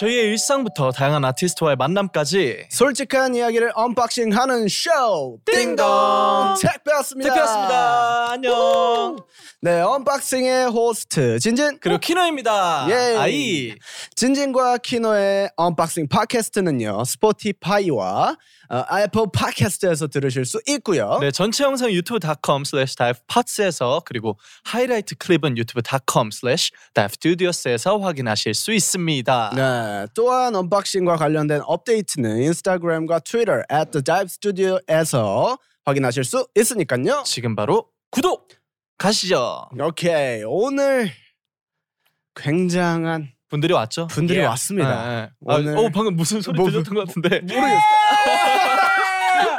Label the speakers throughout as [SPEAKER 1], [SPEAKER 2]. [SPEAKER 1] 저희의 일상부터 다양한 아티스트와의 만남까지
[SPEAKER 2] 솔직한 이야기를 언박싱하는 쇼. 띵동. 택배였습니다.
[SPEAKER 1] 대표였습니다. 안녕.
[SPEAKER 2] 네, 언박싱의 호스트 진진.
[SPEAKER 1] 그리고 키노입니다.
[SPEAKER 2] 예.
[SPEAKER 1] 아이.
[SPEAKER 2] 진진과 키노의 언박싱 팟캐스트는요 스포티파이와 어, 애플 팟캐스트에서 들으실 수 있고요.
[SPEAKER 1] 네, 전체 영상 유튜브.com slash dive pots에서 그리고 하이라이트 클립은 유튜브.com slash dive studios에서 확인하실 수 있습니다.
[SPEAKER 2] 네, 또한 언박싱과 관련된 업데이트는 인스타그램과 트위터 at the dive studio에서 확인하실 수 있으니까요.
[SPEAKER 1] 지금 바로 구독 가시죠.
[SPEAKER 2] 오케이, 오늘 굉장한
[SPEAKER 1] 분들이 왔죠?
[SPEAKER 2] 분들이
[SPEAKER 1] 예.
[SPEAKER 2] 왔습니다.
[SPEAKER 1] 예, 예. 아,
[SPEAKER 2] 오늘-
[SPEAKER 1] 어, 방금 무슨 소리
[SPEAKER 2] 뭐,
[SPEAKER 1] 들렸던 것 같은데.
[SPEAKER 2] 모르겠어.
[SPEAKER 1] 예!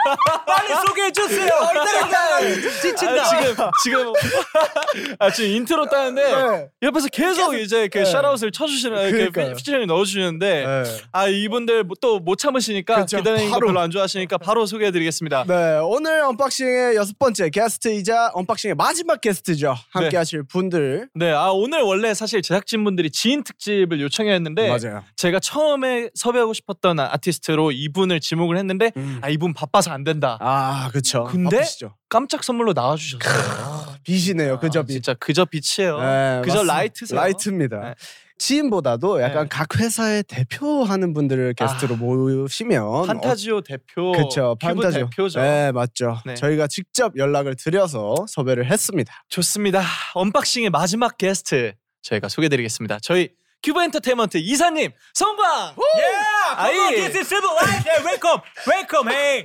[SPEAKER 1] 빨리 소개해 주세요.
[SPEAKER 2] 아,
[SPEAKER 1] 아, 지친다. 지금 지금 아 지금 인트로 따는데
[SPEAKER 2] 네.
[SPEAKER 1] 옆에서 계속 이제 그
[SPEAKER 2] 네.
[SPEAKER 1] 샤라웃을 쳐주시는
[SPEAKER 2] 그러니까요.
[SPEAKER 1] 그 피처링 넣어주시는데
[SPEAKER 2] 네.
[SPEAKER 1] 아 이분들 또 못 참으시니까
[SPEAKER 2] 그렇죠.
[SPEAKER 1] 기다리는 거
[SPEAKER 2] 바로.
[SPEAKER 1] 별로 안 좋아하시니까 바로 소개해드리겠습니다.
[SPEAKER 2] 네, 오늘 언박싱의 여섯 번째 게스트이자 언박싱의 마지막 게스트죠. 함께
[SPEAKER 1] 네.
[SPEAKER 2] 하실 분들.
[SPEAKER 1] 네, 아 오늘 원래 사실 제작진분들이 지인 특집을 요청했는데
[SPEAKER 2] 맞아요.
[SPEAKER 1] 제가 처음에 섭외하고 싶었던 아- 아티스트로 이분을 지목을 했는데
[SPEAKER 2] 음.
[SPEAKER 1] 아 이분 바빠서 안 된다.
[SPEAKER 2] 아, 그쵸.
[SPEAKER 1] 근데
[SPEAKER 2] 바쁘시죠.
[SPEAKER 1] 깜짝 선물로 나와주셨어요.
[SPEAKER 2] 빛이네요. 그저
[SPEAKER 1] 아,
[SPEAKER 2] 빛.
[SPEAKER 1] 진짜 그저 빛이에요.
[SPEAKER 2] 네,
[SPEAKER 1] 그저
[SPEAKER 2] 맞습니다.
[SPEAKER 1] 라이트세요.
[SPEAKER 2] 라이트입니다.
[SPEAKER 1] 네.
[SPEAKER 2] 지인보다도 약간
[SPEAKER 1] 네.
[SPEAKER 2] 각 회사의 대표하는 분들을 게스트로
[SPEAKER 1] 아.
[SPEAKER 2] 모시면
[SPEAKER 1] 판타지오 대표,
[SPEAKER 2] 어, 그쵸.
[SPEAKER 1] 큐브
[SPEAKER 2] 판타지
[SPEAKER 1] 대표죠.
[SPEAKER 2] 네, 맞죠.
[SPEAKER 1] 네.
[SPEAKER 2] 저희가 직접 연락을 드려서 섭외를 했습니다.
[SPEAKER 1] 좋습니다. 언박싱의 마지막 게스트 저희가 소개드리겠습니다. 저희 큐브 엔터테인먼트 이사님 성광. 예! 아이.
[SPEAKER 3] This is Civil Life. Uh, Yeah, welcome, welcome. Hey.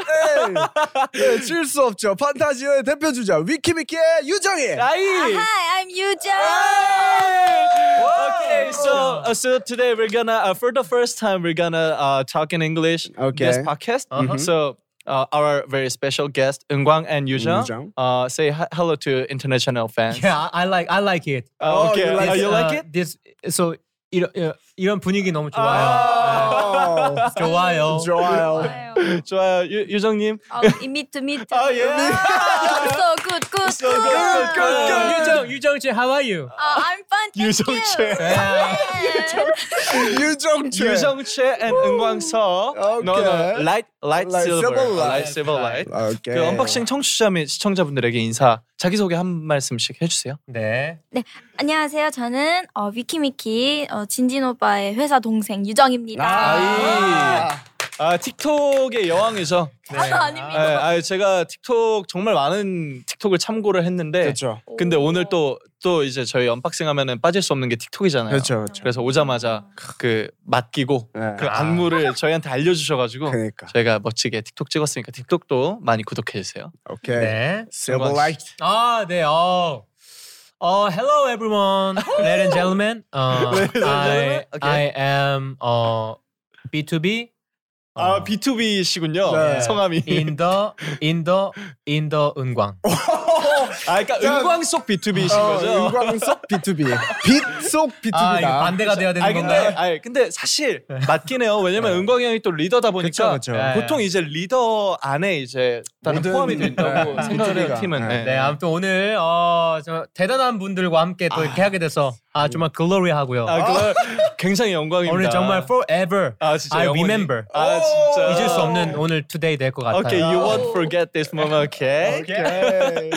[SPEAKER 2] 네, 질수 없죠. 판타지오의 대표 주자 위키미키의 유정이.
[SPEAKER 3] uh,
[SPEAKER 1] 아이.
[SPEAKER 4] Hi, I'm
[SPEAKER 1] Okay, so uh, so today we're gonna uh, for the first time we're gonna uh, talk in English.
[SPEAKER 2] Okay.
[SPEAKER 1] This podcast.
[SPEAKER 3] Mm-hmm.
[SPEAKER 1] So uh, our very special guest Eunkwang and Yujang,
[SPEAKER 2] Yujang.
[SPEAKER 1] uh, say hi- hello to international fans.
[SPEAKER 3] Yeah, I I like, I like it.
[SPEAKER 1] Uh,
[SPEAKER 2] Oh,
[SPEAKER 1] okay.
[SPEAKER 2] you like
[SPEAKER 1] Uh,
[SPEAKER 2] it?
[SPEAKER 1] you like
[SPEAKER 3] Uh,
[SPEAKER 1] it?
[SPEAKER 3] This, so 이런 어, 이런 분위기 너무
[SPEAKER 1] Uh,
[SPEAKER 3] 좋아요. 네.
[SPEAKER 2] 어,
[SPEAKER 3] 좋아요.
[SPEAKER 1] 어,
[SPEAKER 2] 좋아요.
[SPEAKER 1] 네.
[SPEAKER 3] Oh.
[SPEAKER 4] Yujeong.
[SPEAKER 1] 좋아요, 유- 유정님.
[SPEAKER 4] Oh, meet to meet.
[SPEAKER 1] Oh, yeah.
[SPEAKER 4] so good, good,
[SPEAKER 1] So good, good, good, good.
[SPEAKER 4] good.
[SPEAKER 2] 네.
[SPEAKER 3] 유정, 유정 씨, how are you?
[SPEAKER 4] Uh, I'm fine. Thank
[SPEAKER 1] Yujeong
[SPEAKER 4] you. 네.
[SPEAKER 1] Choi.
[SPEAKER 4] Yeah.
[SPEAKER 2] 유정채.
[SPEAKER 1] 유정채 and 은광서. No, no,
[SPEAKER 2] Okay.
[SPEAKER 1] light, light,
[SPEAKER 2] Light
[SPEAKER 1] silver,
[SPEAKER 2] silver
[SPEAKER 1] Uh,
[SPEAKER 2] light. 아, 예.
[SPEAKER 1] light, silver, light.
[SPEAKER 2] 오케이.
[SPEAKER 1] 그 언박싱 청취자 및 시청자분들에게 인사 자기 소개 한 말씀씩 해주세요.
[SPEAKER 3] 네.
[SPEAKER 4] 안녕하세요. 저는 어, 위키미키 어, 진진 오빠의 회사 동생 유정입니다.
[SPEAKER 1] 아, 예. 아이. 아 틱톡의 여왕이죠.
[SPEAKER 2] 네.
[SPEAKER 1] 아,
[SPEAKER 4] 아닙니다.
[SPEAKER 1] 아, 제가 틱톡 정말 많은 틱톡을 참고를 했는데
[SPEAKER 2] 그렇죠.
[SPEAKER 1] 근데 오늘 또 또 이제 저희 언박싱 하면은 빠질 수 없는 게 틱톡이잖아요.
[SPEAKER 2] 그렇죠. 그렇죠.
[SPEAKER 1] 래서 오자마자 그 맡기고
[SPEAKER 2] 네.
[SPEAKER 1] 그 안무를 저희한테 알려주셔가지고
[SPEAKER 2] 그러니까.
[SPEAKER 1] 저희가 멋지게 틱톡 찍었으니까 틱톡도 많이 구독해 주세요.
[SPEAKER 2] 오케이.
[SPEAKER 3] 네.
[SPEAKER 2] Silver light.
[SPEAKER 3] 아, 네. 어. 어, hello everyone, ladies and gentlemen. 어,
[SPEAKER 1] Ladies and gentlemen?
[SPEAKER 3] I,
[SPEAKER 1] Okay.
[SPEAKER 3] I am 어, B2B.
[SPEAKER 1] 아 B2B시군요.
[SPEAKER 2] 네.
[SPEAKER 1] 성함이.
[SPEAKER 3] 인더 인더 인더 은광.
[SPEAKER 1] 아 그러니까 은광 속 B2B이신 거죠.
[SPEAKER 2] 어, 은광 속 B2B. 빛속
[SPEAKER 3] 아,
[SPEAKER 2] B2B다.
[SPEAKER 3] 이거 반대가 돼야 되는
[SPEAKER 1] 아 근데
[SPEAKER 3] 건가요?
[SPEAKER 1] 아 근데 사실 맞긴 해요. 왜냐면 은광이 형이 또 리더다 보니까
[SPEAKER 2] 네. 그쵸, 그쵸.
[SPEAKER 3] 네.
[SPEAKER 1] 보통 이제 리더 안에 이제 다른
[SPEAKER 2] 모든-
[SPEAKER 1] 포함이 돼 있다고
[SPEAKER 2] 네.
[SPEAKER 1] 생각을 해요
[SPEAKER 2] B2B 가.
[SPEAKER 1] 팀은.
[SPEAKER 2] 네.
[SPEAKER 3] 네, 아무튼 오늘 어, 정말 대단한 분들과 함께 또 이렇게 하게 돼서 아 정말 글로리하고요.
[SPEAKER 1] 아, 그걸 굉장히 영광입니다.
[SPEAKER 3] 오늘 정말 forever
[SPEAKER 1] 아, 진짜
[SPEAKER 3] I
[SPEAKER 1] 영원히.
[SPEAKER 3] remember
[SPEAKER 1] 아, 진짜.
[SPEAKER 3] 잊을 수 없는 오늘 today 될 것 같아요.
[SPEAKER 1] Okay, you won't forget this moment, okay?
[SPEAKER 2] 오케이.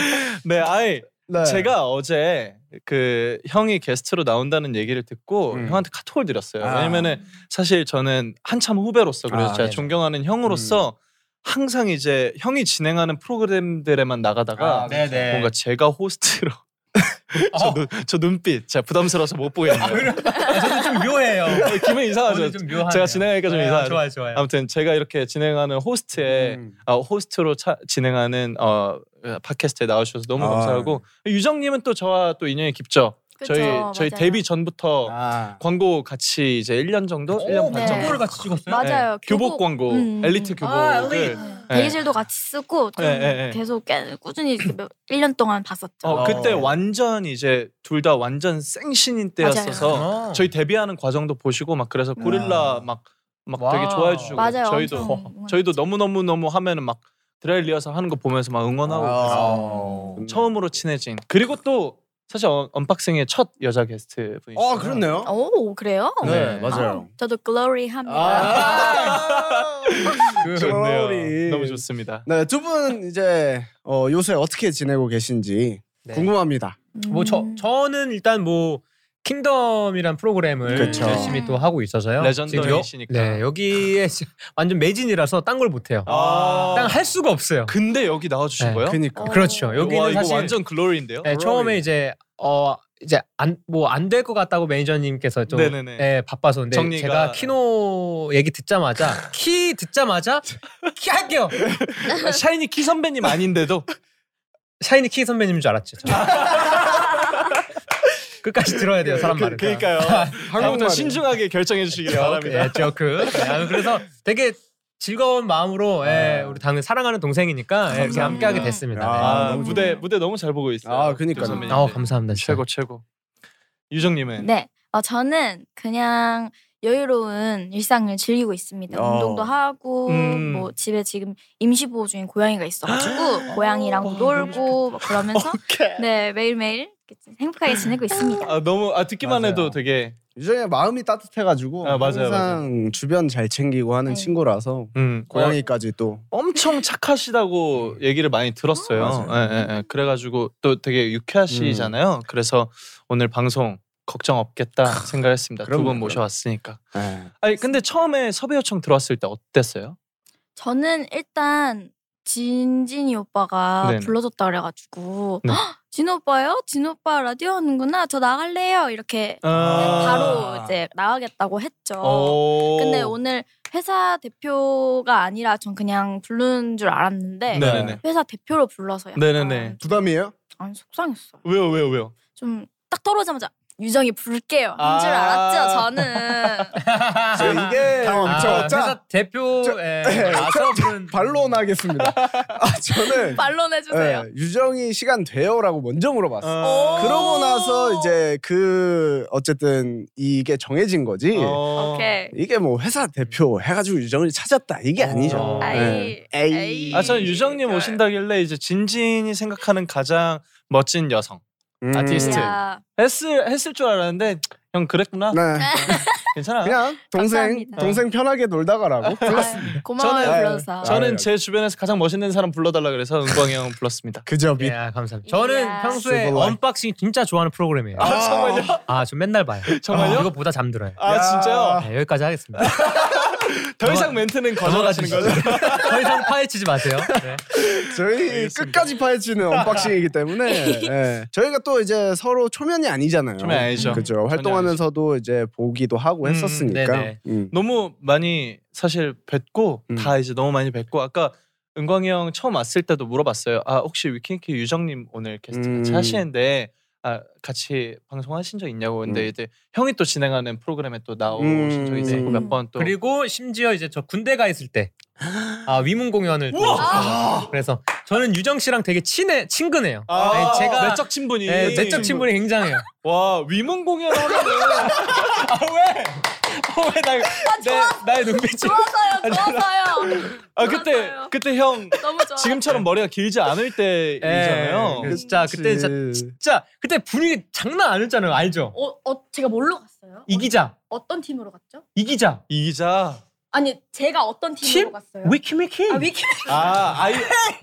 [SPEAKER 1] 네, 아이
[SPEAKER 2] 네.
[SPEAKER 1] 제가 어제 그 형이 게스트로 나온다는 얘기를 듣고
[SPEAKER 2] 음.
[SPEAKER 1] 형한테 카톡을 드렸어요.
[SPEAKER 2] 아.
[SPEAKER 1] 왜냐면은 사실 저는 한참 후배로서 그래서
[SPEAKER 2] 아, 네.
[SPEAKER 1] 제가 존경하는 형으로서
[SPEAKER 3] 음.
[SPEAKER 1] 항상 이제 형이 진행하는 프로그램들에만 나가다가
[SPEAKER 2] 아,
[SPEAKER 3] 네네.
[SPEAKER 1] 뭔가 제가 호스트로 저, 눈, 저 눈빛 제가 부담스러워서 못 보겠네요. 어,
[SPEAKER 3] 아, 저도 좀 묘해요.
[SPEAKER 1] 기분 이상하죠.
[SPEAKER 3] 오늘 좀 묘하네요.
[SPEAKER 1] 제가 진행하니까 좀
[SPEAKER 3] 네,
[SPEAKER 1] 이상하죠.
[SPEAKER 3] 좋아요, 좋아요.
[SPEAKER 1] 아무튼 제가 이렇게 진행하는 호스트의
[SPEAKER 2] 음.
[SPEAKER 1] 아, 호스트로 차- 진행하는 어, 팟캐스트에 나오셔서 너무
[SPEAKER 2] 아.
[SPEAKER 1] 감사하고 유정님은 또 저와 또 인연이 깊죠.
[SPEAKER 4] 그쵸,
[SPEAKER 1] 저희 저희
[SPEAKER 4] 맞아요.
[SPEAKER 1] 데뷔 전부터
[SPEAKER 2] 아.
[SPEAKER 1] 광고 같이 이제 1년 정도, 1년 반
[SPEAKER 4] 네.
[SPEAKER 1] 정도.
[SPEAKER 3] 정보를 같이 찍었어요.
[SPEAKER 4] 맞아요.
[SPEAKER 1] 네. 교복,
[SPEAKER 4] 교복.
[SPEAKER 1] 광고,
[SPEAKER 4] 음.
[SPEAKER 1] 엘리트
[SPEAKER 3] 아,
[SPEAKER 1] 교복을 네.
[SPEAKER 4] 대기실도 같이 쓰고 좀
[SPEAKER 1] 네, 네, 네.
[SPEAKER 4] 계속 꽤, 꾸준히 1년 동안 봤었죠.
[SPEAKER 1] 어,
[SPEAKER 3] 아.
[SPEAKER 1] 그때 완전 이제 둘 다 완전 생신인 때였어서
[SPEAKER 3] 맞아요.
[SPEAKER 1] 저희 데뷔하는 과정도 보시고 막 그래서 고릴라
[SPEAKER 2] 와.
[SPEAKER 1] 막, 막
[SPEAKER 3] 와우.
[SPEAKER 1] 되게 좋아해 주시고
[SPEAKER 4] 맞아요.
[SPEAKER 1] 저희도 뭐
[SPEAKER 4] 엄청 응원했죠.
[SPEAKER 1] 저희도 너무 너무 너무 하면은 막 드라이 리허설 하는 거 보면서 막 응원하고 그래서
[SPEAKER 2] 아.
[SPEAKER 1] 처음으로 친해진 그리고 또 사실 언- 언박싱의 첫 여자 게스트 분이
[SPEAKER 2] 아 그렇네요.
[SPEAKER 4] 오 그래요?
[SPEAKER 1] 네.
[SPEAKER 2] 네, 맞아요.
[SPEAKER 4] 저도 글로리 합니다.
[SPEAKER 2] 아.
[SPEAKER 3] 그-
[SPEAKER 2] 저리.
[SPEAKER 1] 좋네요. 어, 너무 좋습니다.
[SPEAKER 2] 네, 두 분 이제 어, 요새 어떻게 지내고 계신지
[SPEAKER 3] 네.
[SPEAKER 2] 궁금합니다.
[SPEAKER 4] 음.
[SPEAKER 3] 뭐 저, 저는 일단 뭐 킹덤이란 프로그램을
[SPEAKER 2] 그쵸.
[SPEAKER 3] 열심히 또 하고 있어서요. 지금 여-
[SPEAKER 1] 그렇죠. 레전더이시니까.
[SPEAKER 3] 네, 여기에 지- 완전 매진이라서 딴 걸 못해요.
[SPEAKER 1] 아.
[SPEAKER 3] 딴 할 수가 없어요.
[SPEAKER 1] 근데 여기 나와 주신
[SPEAKER 3] 네,
[SPEAKER 1] 거예요?
[SPEAKER 2] 그니까.
[SPEAKER 3] 그렇죠. 여기는
[SPEAKER 1] 어. 와 이거
[SPEAKER 3] 사실
[SPEAKER 1] 완전 글로리인데요.
[SPEAKER 3] 네, 처음에 이제 어 이제 안 뭐 안 될 것 같다고 매니저님께서 좀
[SPEAKER 1] 네네네.
[SPEAKER 3] 예, 바빠서 근데
[SPEAKER 1] 정리가-
[SPEAKER 3] 제가 키노 얘기 듣자마자 키 듣자마자 키 할게요.
[SPEAKER 1] 샤이니 키 선배님 아닌데도
[SPEAKER 3] 샤이니 키 선배님인 줄 알았죠. 저. 끝까지 들어야 돼요 사람 말을.
[SPEAKER 1] 그러니까요. 다음부터 신중하게 결정해 주시기 바랍니다. 네.
[SPEAKER 3] 예, 조크. 네, 아무튼 그래서 되게 즐거운 마음으로 예, 우리 당연 사랑하는 동생이니까 예, 이렇게
[SPEAKER 1] 감사합니다.
[SPEAKER 3] 함께하게 됐습니다.
[SPEAKER 2] 아,
[SPEAKER 1] 아,
[SPEAKER 2] 너무
[SPEAKER 1] 무대 무대 너무 잘 보고 있어요.
[SPEAKER 2] 아, 그니까요.
[SPEAKER 1] 두
[SPEAKER 4] 아,
[SPEAKER 1] 선배님들.
[SPEAKER 3] 네. 어, 감사합니다. 진짜.
[SPEAKER 1] 최고 최고. 유정님은
[SPEAKER 4] 네, 어, 저는 그냥 여유로운 일상을 즐기고 있습니다.
[SPEAKER 2] 어.
[SPEAKER 4] 운동도 하고
[SPEAKER 1] 음.
[SPEAKER 4] 뭐 집에 지금 임시 보호 중인 고양이가 있어가지고 고양이랑
[SPEAKER 1] 와,
[SPEAKER 4] 놀고 막 그러면서 네 매일 매일 행복하게 지내고 있습니다.
[SPEAKER 1] 아 너무 아 듣기만
[SPEAKER 2] 맞아요.
[SPEAKER 1] 해도 되게
[SPEAKER 2] 유정이 마음이 따뜻해가지고
[SPEAKER 1] 아, 맞아요,
[SPEAKER 2] 항상 주변 잘 챙기고 하는
[SPEAKER 4] 네.
[SPEAKER 2] 친구라서
[SPEAKER 1] 음,
[SPEAKER 2] 고양이까지 또
[SPEAKER 1] 엄청 착하시다고 얘기를 많이 들었어요.
[SPEAKER 2] 맞아요. 음.
[SPEAKER 1] 예, 예, 예. 그래가지고 또 되게 유쾌하시잖아요. 그래서 오늘 방송 걱정 없겠다 생각했습니다. 두
[SPEAKER 2] 그럼요,
[SPEAKER 1] 분
[SPEAKER 2] 그럼요.
[SPEAKER 1] 모셔왔으니까.
[SPEAKER 2] 네.
[SPEAKER 1] 아니 근데 처음에 섭외 요청 들어왔을 때 어땠어요?
[SPEAKER 4] 저는 일단 진진이 오빠가
[SPEAKER 1] 네네.
[SPEAKER 4] 불러줬다 그래가지고
[SPEAKER 1] 네.
[SPEAKER 4] "헉, 진 오빠요? 진 오빠 라디오 하는구나. 저 나갈래요. 이렇게
[SPEAKER 2] 아.
[SPEAKER 1] 아.
[SPEAKER 4] 바로 이제 나가겠다고 했죠.
[SPEAKER 1] 어. 오.
[SPEAKER 4] 근데 오늘 회사 대표가 아니라 전 그냥 부른 줄 알았는데
[SPEAKER 1] 네네네.
[SPEAKER 4] 회사 대표로 불러서 약간
[SPEAKER 1] 네네네.
[SPEAKER 2] 부담이에요?
[SPEAKER 4] 안 속상했어요.
[SPEAKER 1] 왜요 왜요 왜요?
[SPEAKER 4] 좀 딱 떨어지자마자 유정이 부를게요. 한 줄
[SPEAKER 1] 아.
[SPEAKER 4] 알았죠. 저는
[SPEAKER 2] 저 이게
[SPEAKER 1] 어,
[SPEAKER 3] 아,
[SPEAKER 2] 저, 자,
[SPEAKER 3] 회사 대표 예, 에
[SPEAKER 1] 네,
[SPEAKER 3] 나서 부른
[SPEAKER 2] 반론하겠습니다. 아, 저는
[SPEAKER 4] 반론해 주세요.
[SPEAKER 2] 네, 유정이 시간 돼요라고 먼저 물어봤어요.
[SPEAKER 1] 어.
[SPEAKER 2] 그러고 나서 이제 그 어쨌든 이게 정해진 거지.
[SPEAKER 1] 어.
[SPEAKER 4] 오케이.
[SPEAKER 2] 이게 뭐 회사 대표 해가지고 유정을 찾았다 이게 아니죠.
[SPEAKER 1] 어.
[SPEAKER 2] 네.
[SPEAKER 4] 아이, 에이.
[SPEAKER 1] 아, 저는 유정님
[SPEAKER 4] 좋아요.
[SPEAKER 1] 오신다길래 이제 진진이 생각하는 가장 멋진 여성
[SPEAKER 2] 음.
[SPEAKER 1] 아티스트.
[SPEAKER 4] 야,
[SPEAKER 1] 했을 했을 줄 알았는데 형 그랬구나.
[SPEAKER 2] 네.
[SPEAKER 1] 괜찮아.
[SPEAKER 2] 그냥 동생
[SPEAKER 4] 감사합니다.
[SPEAKER 2] 동생 편하게 놀다 가라고.
[SPEAKER 4] 아유, 고마워요
[SPEAKER 1] 네. 저는- 네.
[SPEAKER 4] 불러서.
[SPEAKER 2] 저-
[SPEAKER 1] 저는 제 주변에서 가장 멋있는 사람 불러달라 그래서 은광이 형 불렀습니다.
[SPEAKER 2] 그저
[SPEAKER 3] 예,
[SPEAKER 2] 빛.
[SPEAKER 3] 아, 감사합니다. 저는
[SPEAKER 4] 이야.
[SPEAKER 3] 평소에
[SPEAKER 2] Silver Life.
[SPEAKER 3] 언박싱 진짜 좋아하는 프로그램이에요.
[SPEAKER 1] 아, 정말요?
[SPEAKER 3] 아, 저 맨날 봐요.
[SPEAKER 1] 정말요?
[SPEAKER 3] 아, 이거 보다 잠들어요.
[SPEAKER 1] 아
[SPEAKER 2] 야.
[SPEAKER 1] 진짜요?
[SPEAKER 3] 네, 여기까지 하겠습니다.
[SPEAKER 1] 더 이상 멘트는 거절하시는 거죠?
[SPEAKER 3] 더 이상 파헤치지 마세요. 네.
[SPEAKER 2] 저희 끝까지 파헤치는 언박싱이기 때문에 예. 저희가 또 이제 서로 초면이 아니잖아요. 음,
[SPEAKER 1] 초면 아니죠.
[SPEAKER 2] 그죠. 활동하면서도 이제 보기도 하고
[SPEAKER 1] 음,
[SPEAKER 2] 했었으니까.
[SPEAKER 3] 네네.
[SPEAKER 2] 음.
[SPEAKER 1] 너무 많이 사실 뵙고
[SPEAKER 2] 음.
[SPEAKER 1] 다 이제 너무 많이 뵙고 아까 은광이 형 처음 왔을 때도 물어봤어요. 아 혹시 위키니키 유정님 오늘 게스트 같이
[SPEAKER 2] 음.
[SPEAKER 1] 하시는데 아 같이 방송하신 적 있냐고 근데
[SPEAKER 2] 음.
[SPEAKER 1] 이제 형이 또 진행하는 프로그램에 또 나오신
[SPEAKER 2] 음.
[SPEAKER 1] 적이 있었고 몇 번 또
[SPEAKER 3] 그리고 심지어 이제 저 군대 가 있을 때 아, 위문 공연을 또 했었어요. 그래서 저는 유정 씨랑 되게 친해 친근해요.
[SPEAKER 1] 아,
[SPEAKER 3] 네, 제가
[SPEAKER 1] 내적 친분이
[SPEAKER 3] 네, 내적 친분이 굉장해요.
[SPEAKER 1] 와 위문 공연 하면은 아왜왜나 나의 눈빛이
[SPEAKER 4] 좋아서요, 좋아서요.
[SPEAKER 1] 아 그때
[SPEAKER 4] 맞아요.
[SPEAKER 1] 그때 형
[SPEAKER 4] 너무 좋아.
[SPEAKER 1] 지금처럼 머리가 길지 않을 때이잖아요.
[SPEAKER 3] 네, 진짜 그때 진짜,
[SPEAKER 2] 그치.
[SPEAKER 3] 진짜 그때 분위기 장난 아니었잖아요. 알죠?
[SPEAKER 4] 어, 어, 제가 뭘로 갔어요?
[SPEAKER 3] 이기자,
[SPEAKER 4] 어떤 팀으로 갔죠?
[SPEAKER 3] 이기자,
[SPEAKER 1] 이 기자
[SPEAKER 4] 아니 제가 어떤 팀으로
[SPEAKER 3] 팀?
[SPEAKER 4] 갔어요?
[SPEAKER 3] 위키미키.
[SPEAKER 4] 아 위키
[SPEAKER 1] 아 아이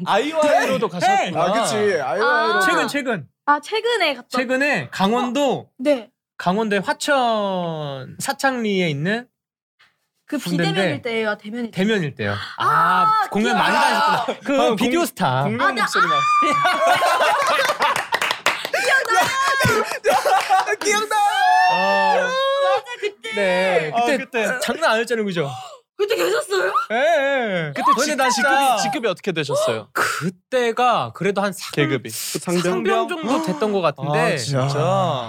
[SPEAKER 1] 아이와이로도
[SPEAKER 3] 음.
[SPEAKER 1] 가셨구나.
[SPEAKER 2] 아 그치. 아유
[SPEAKER 4] 아.
[SPEAKER 2] 아유.
[SPEAKER 3] 네. 최근 최근
[SPEAKER 4] 아 최근에 갔던
[SPEAKER 3] 최근에 강원도
[SPEAKER 4] 네.
[SPEAKER 3] 강원도의 화천 사창리에 있는
[SPEAKER 4] 그
[SPEAKER 3] 군대인데.
[SPEAKER 4] 비대면일 때예요, 대면일 때.
[SPEAKER 3] 대면 일대요. 아, 공연 많이
[SPEAKER 4] 귀여워요.
[SPEAKER 3] 다녔구나.
[SPEAKER 1] 아,
[SPEAKER 3] 그 비디오
[SPEAKER 1] 공-
[SPEAKER 3] 스타.
[SPEAKER 1] 공룡 목소리나.
[SPEAKER 2] 기억나.
[SPEAKER 3] 아,
[SPEAKER 5] 맞아 그때
[SPEAKER 3] 네. 그때,
[SPEAKER 1] 아, 그때.
[SPEAKER 3] 장난 아니었잖아요, 그죠?
[SPEAKER 5] 그때 계셨어요?
[SPEAKER 3] 예. 그때
[SPEAKER 1] 근데 나 직급이 직급이 어떻게 되셨어요?
[SPEAKER 3] 그때가 그래도 한 3,
[SPEAKER 1] 계급이.
[SPEAKER 3] 상병 정도 됐던 것
[SPEAKER 1] 아
[SPEAKER 3] 같은데.
[SPEAKER 1] 진짜.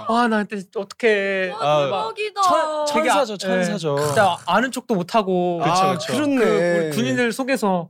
[SPEAKER 3] 아, 나 그때 어떻게
[SPEAKER 1] 아,
[SPEAKER 5] 대박이다
[SPEAKER 1] 천- 천-
[SPEAKER 3] 되게 아-
[SPEAKER 1] 천사죠, 천사죠.
[SPEAKER 3] 예, 진짜 아는 척도 못 하고
[SPEAKER 1] 그쵸,
[SPEAKER 2] 아,
[SPEAKER 1] 그쵸.
[SPEAKER 2] 그렇네.
[SPEAKER 3] 그
[SPEAKER 1] 예.
[SPEAKER 3] 우리 군인들 속에서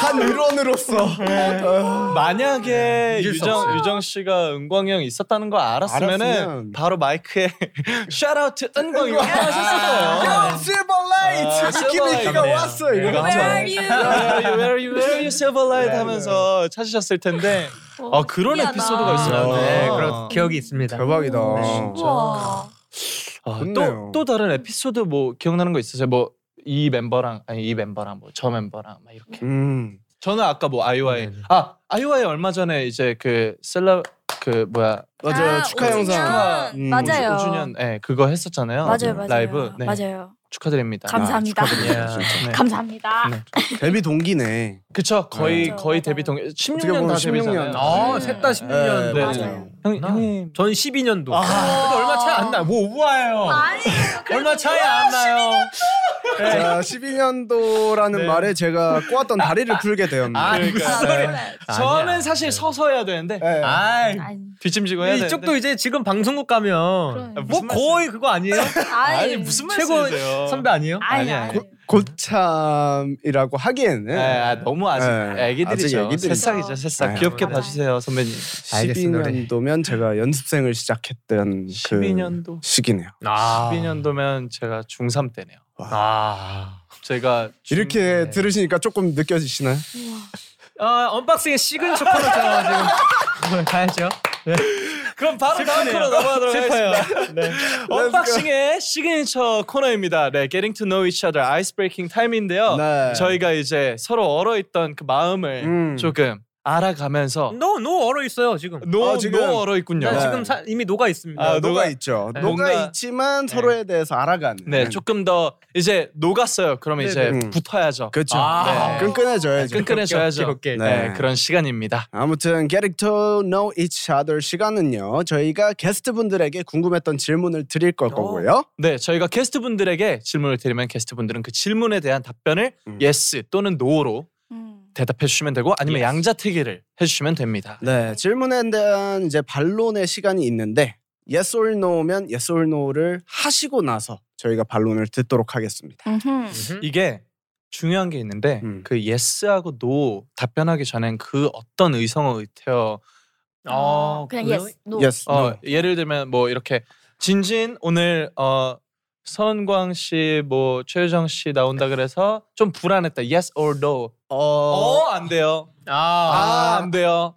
[SPEAKER 2] 한 의원으로서 어,
[SPEAKER 1] 만약에
[SPEAKER 3] 잊을 수 없어요.
[SPEAKER 1] 유정 유정 씨가 은광이 형 있었다는 거 알았으면은
[SPEAKER 2] 알았으면.
[SPEAKER 1] 바로 마이크에 샤라우트 은광이 형
[SPEAKER 2] 야,
[SPEAKER 1] 하셨을 거예요. 아,
[SPEAKER 2] 실버라이트
[SPEAKER 1] 실버
[SPEAKER 2] 느낌이가
[SPEAKER 1] 라이트네요.
[SPEAKER 2] 왔어 이거
[SPEAKER 1] 네,
[SPEAKER 2] 맞죠?
[SPEAKER 5] Where are you?
[SPEAKER 1] Where are you, where are you, where are you, silver light 하면서 찾으셨을 텐데 아 그런
[SPEAKER 5] 신기하다.
[SPEAKER 1] 에피소드가 있어요.
[SPEAKER 3] 네,
[SPEAKER 2] 아.
[SPEAKER 3] 그런 기억이 있습니다.
[SPEAKER 2] 대박이다.
[SPEAKER 3] 네,
[SPEAKER 5] 우와
[SPEAKER 2] 좋네요.
[SPEAKER 1] 아, 또또 다른 에피소드 뭐 기억나는 거 있으세요? 뭐 이 멤버랑 아니 이 멤버랑 뭐 저 멤버랑 막 이렇게.
[SPEAKER 2] 음.
[SPEAKER 1] 저는 아까 뭐 아이오아이
[SPEAKER 3] 네, 네.
[SPEAKER 1] 아 아이오아이 얼마 전에 이제 그 셀라 그 뭐야
[SPEAKER 2] 맞아요.
[SPEAKER 4] 아,
[SPEAKER 2] 축하
[SPEAKER 4] 오징어.
[SPEAKER 2] 영상. 음,
[SPEAKER 4] 맞아요.
[SPEAKER 1] 5주년 예 그거 했었잖아요.
[SPEAKER 4] 맞아요, 맞아요.
[SPEAKER 1] 라이브 네,
[SPEAKER 4] 맞아요.
[SPEAKER 1] 축하드립니다.
[SPEAKER 4] 감사합니다.
[SPEAKER 1] 예, 네.
[SPEAKER 4] 감사합니다.
[SPEAKER 1] 네.
[SPEAKER 2] 데뷔 동기네.
[SPEAKER 1] 그쵸 거의
[SPEAKER 4] 맞아요,
[SPEAKER 1] 거의
[SPEAKER 4] 맞아요.
[SPEAKER 1] 데뷔 동 16년
[SPEAKER 2] 보면
[SPEAKER 1] 다
[SPEAKER 2] 16년.
[SPEAKER 1] 데뷔잖아요.
[SPEAKER 3] 아,
[SPEAKER 4] 음.
[SPEAKER 3] 셋다 16년.
[SPEAKER 1] 네,
[SPEAKER 3] 도
[SPEAKER 1] 네.
[SPEAKER 4] 맞아요. 아.
[SPEAKER 1] 형 형님
[SPEAKER 3] 전 12년도.
[SPEAKER 1] 아,
[SPEAKER 3] 그래도 아, 얼마 차이 안 나. 뭐 우아해요. 얼마 차이 안 나요.
[SPEAKER 1] 네.
[SPEAKER 2] 자, 12년도라는 말에 제가 꼬았던 다리를 풀게 되었네요.
[SPEAKER 1] 아,
[SPEAKER 3] 그러니까요.
[SPEAKER 1] 저는
[SPEAKER 3] 아니야.
[SPEAKER 1] 사실 서서 해야 되는데
[SPEAKER 2] 네.
[SPEAKER 3] 아이,
[SPEAKER 4] 아니,
[SPEAKER 1] 뒤짐지고 해야 되는데
[SPEAKER 3] 근데 이쪽도 이제 지금 방송국 가면
[SPEAKER 4] 그럼.
[SPEAKER 3] 뭐 거의 그거 아니에요?
[SPEAKER 1] 아니 무슨
[SPEAKER 3] 최고
[SPEAKER 1] 말씀이세요?
[SPEAKER 3] 선배 아니에요?
[SPEAKER 4] 아니,
[SPEAKER 1] 아니야.
[SPEAKER 4] 아니.
[SPEAKER 2] 곧참이라고 하기에는
[SPEAKER 1] 예, 아, 너무 아직
[SPEAKER 2] 네. 아직
[SPEAKER 1] 애기들이죠.
[SPEAKER 2] 애기들이죠.
[SPEAKER 1] 새싹이죠, 새싹.
[SPEAKER 2] 네.
[SPEAKER 1] 귀엽게
[SPEAKER 3] 네.
[SPEAKER 1] 봐주세요, 선배님.
[SPEAKER 3] 아. 알겠습니다.
[SPEAKER 2] 12년도면 제가 연습생을 시작했던 그
[SPEAKER 1] 12년도.
[SPEAKER 2] 시기네요.
[SPEAKER 3] 아.
[SPEAKER 1] 12년도면 제가 중3 때네요.
[SPEAKER 3] 아.
[SPEAKER 1] 제가 중-
[SPEAKER 2] 이렇게
[SPEAKER 1] 네.
[SPEAKER 2] 들으시니까 조금 느껴지시나요?
[SPEAKER 3] 아, 언박싱의 시그니처 코너 제가 지금 가야죠.
[SPEAKER 1] 그럼 바로 다음 코너 넘어가도록 하겠습니다. 네. 언박싱의 시그니처 코너입니다. 네, Getting to Know Each Other 아이스 브레이킹 타임인데요.
[SPEAKER 2] 네.
[SPEAKER 1] 저희가 이제 서로 얼어있던 그 마음을
[SPEAKER 2] 음.
[SPEAKER 1] 조금 알아가면서
[SPEAKER 3] 노, 노 얼어 있어요, 지금.
[SPEAKER 1] 노,
[SPEAKER 2] 아, 지금-
[SPEAKER 1] 노 얼어있군요.
[SPEAKER 3] 나
[SPEAKER 2] 네.
[SPEAKER 3] 지금 사- 이미 녹아 있습니다.
[SPEAKER 1] 아,
[SPEAKER 2] 녹아
[SPEAKER 1] 녹아-
[SPEAKER 2] 있죠.
[SPEAKER 1] 네.
[SPEAKER 2] 녹아
[SPEAKER 1] 뭔가-
[SPEAKER 2] 있지만 서로에 대해서 알아가는.
[SPEAKER 1] 네, 조금 더 이제 녹았어요. 그러면
[SPEAKER 3] 네,
[SPEAKER 1] 이제
[SPEAKER 2] 음. 네. 음.
[SPEAKER 1] 붙어야죠.
[SPEAKER 2] 그렇죠.
[SPEAKER 1] 아,
[SPEAKER 3] 네.
[SPEAKER 2] 끈끈해져야죠.
[SPEAKER 1] 끈끈해져야죠.
[SPEAKER 3] 오케이, 오케이.
[SPEAKER 1] 네,
[SPEAKER 2] 네.
[SPEAKER 1] 그런 시간입니다.
[SPEAKER 2] 아무튼 Get to Know Each Other 시간은요. 저희가 게스트분들에게 궁금했던 질문을 드릴 걸 거고요.
[SPEAKER 1] 네, 저희가 게스트 분들에게 질문을 드리면 게스트 분들은 그 질문에 대한 답변을
[SPEAKER 2] 음.
[SPEAKER 1] yes 또는 no로
[SPEAKER 4] 음.
[SPEAKER 1] 대답해 주시면 되고 아니면 양자택일을 해주시면 됩니다.
[SPEAKER 2] 네, 질문에 대한 이제 반론의 시간이 있는데 yes or no면 yes or no를 하시고 나서 저희가 반론을 듣도록 하겠습니다.
[SPEAKER 4] 음흠.
[SPEAKER 1] 이게 중요한 게 있는데
[SPEAKER 2] 음.
[SPEAKER 1] 그 yes하고 no 답변하기 전엔 그 어떤 의성어 의태어 어,
[SPEAKER 4] 그냥
[SPEAKER 1] 그-
[SPEAKER 4] yes, no.
[SPEAKER 2] yes,
[SPEAKER 1] 어,
[SPEAKER 2] no.
[SPEAKER 1] 예를 들면 뭐 이렇게 진진 오늘 어 선광 씨, 뭐 최유정 씨 나온다 그래서 좀 불안했다. Yes or no? 어 안 돼요. 아,
[SPEAKER 3] 아,
[SPEAKER 1] 안 돼요.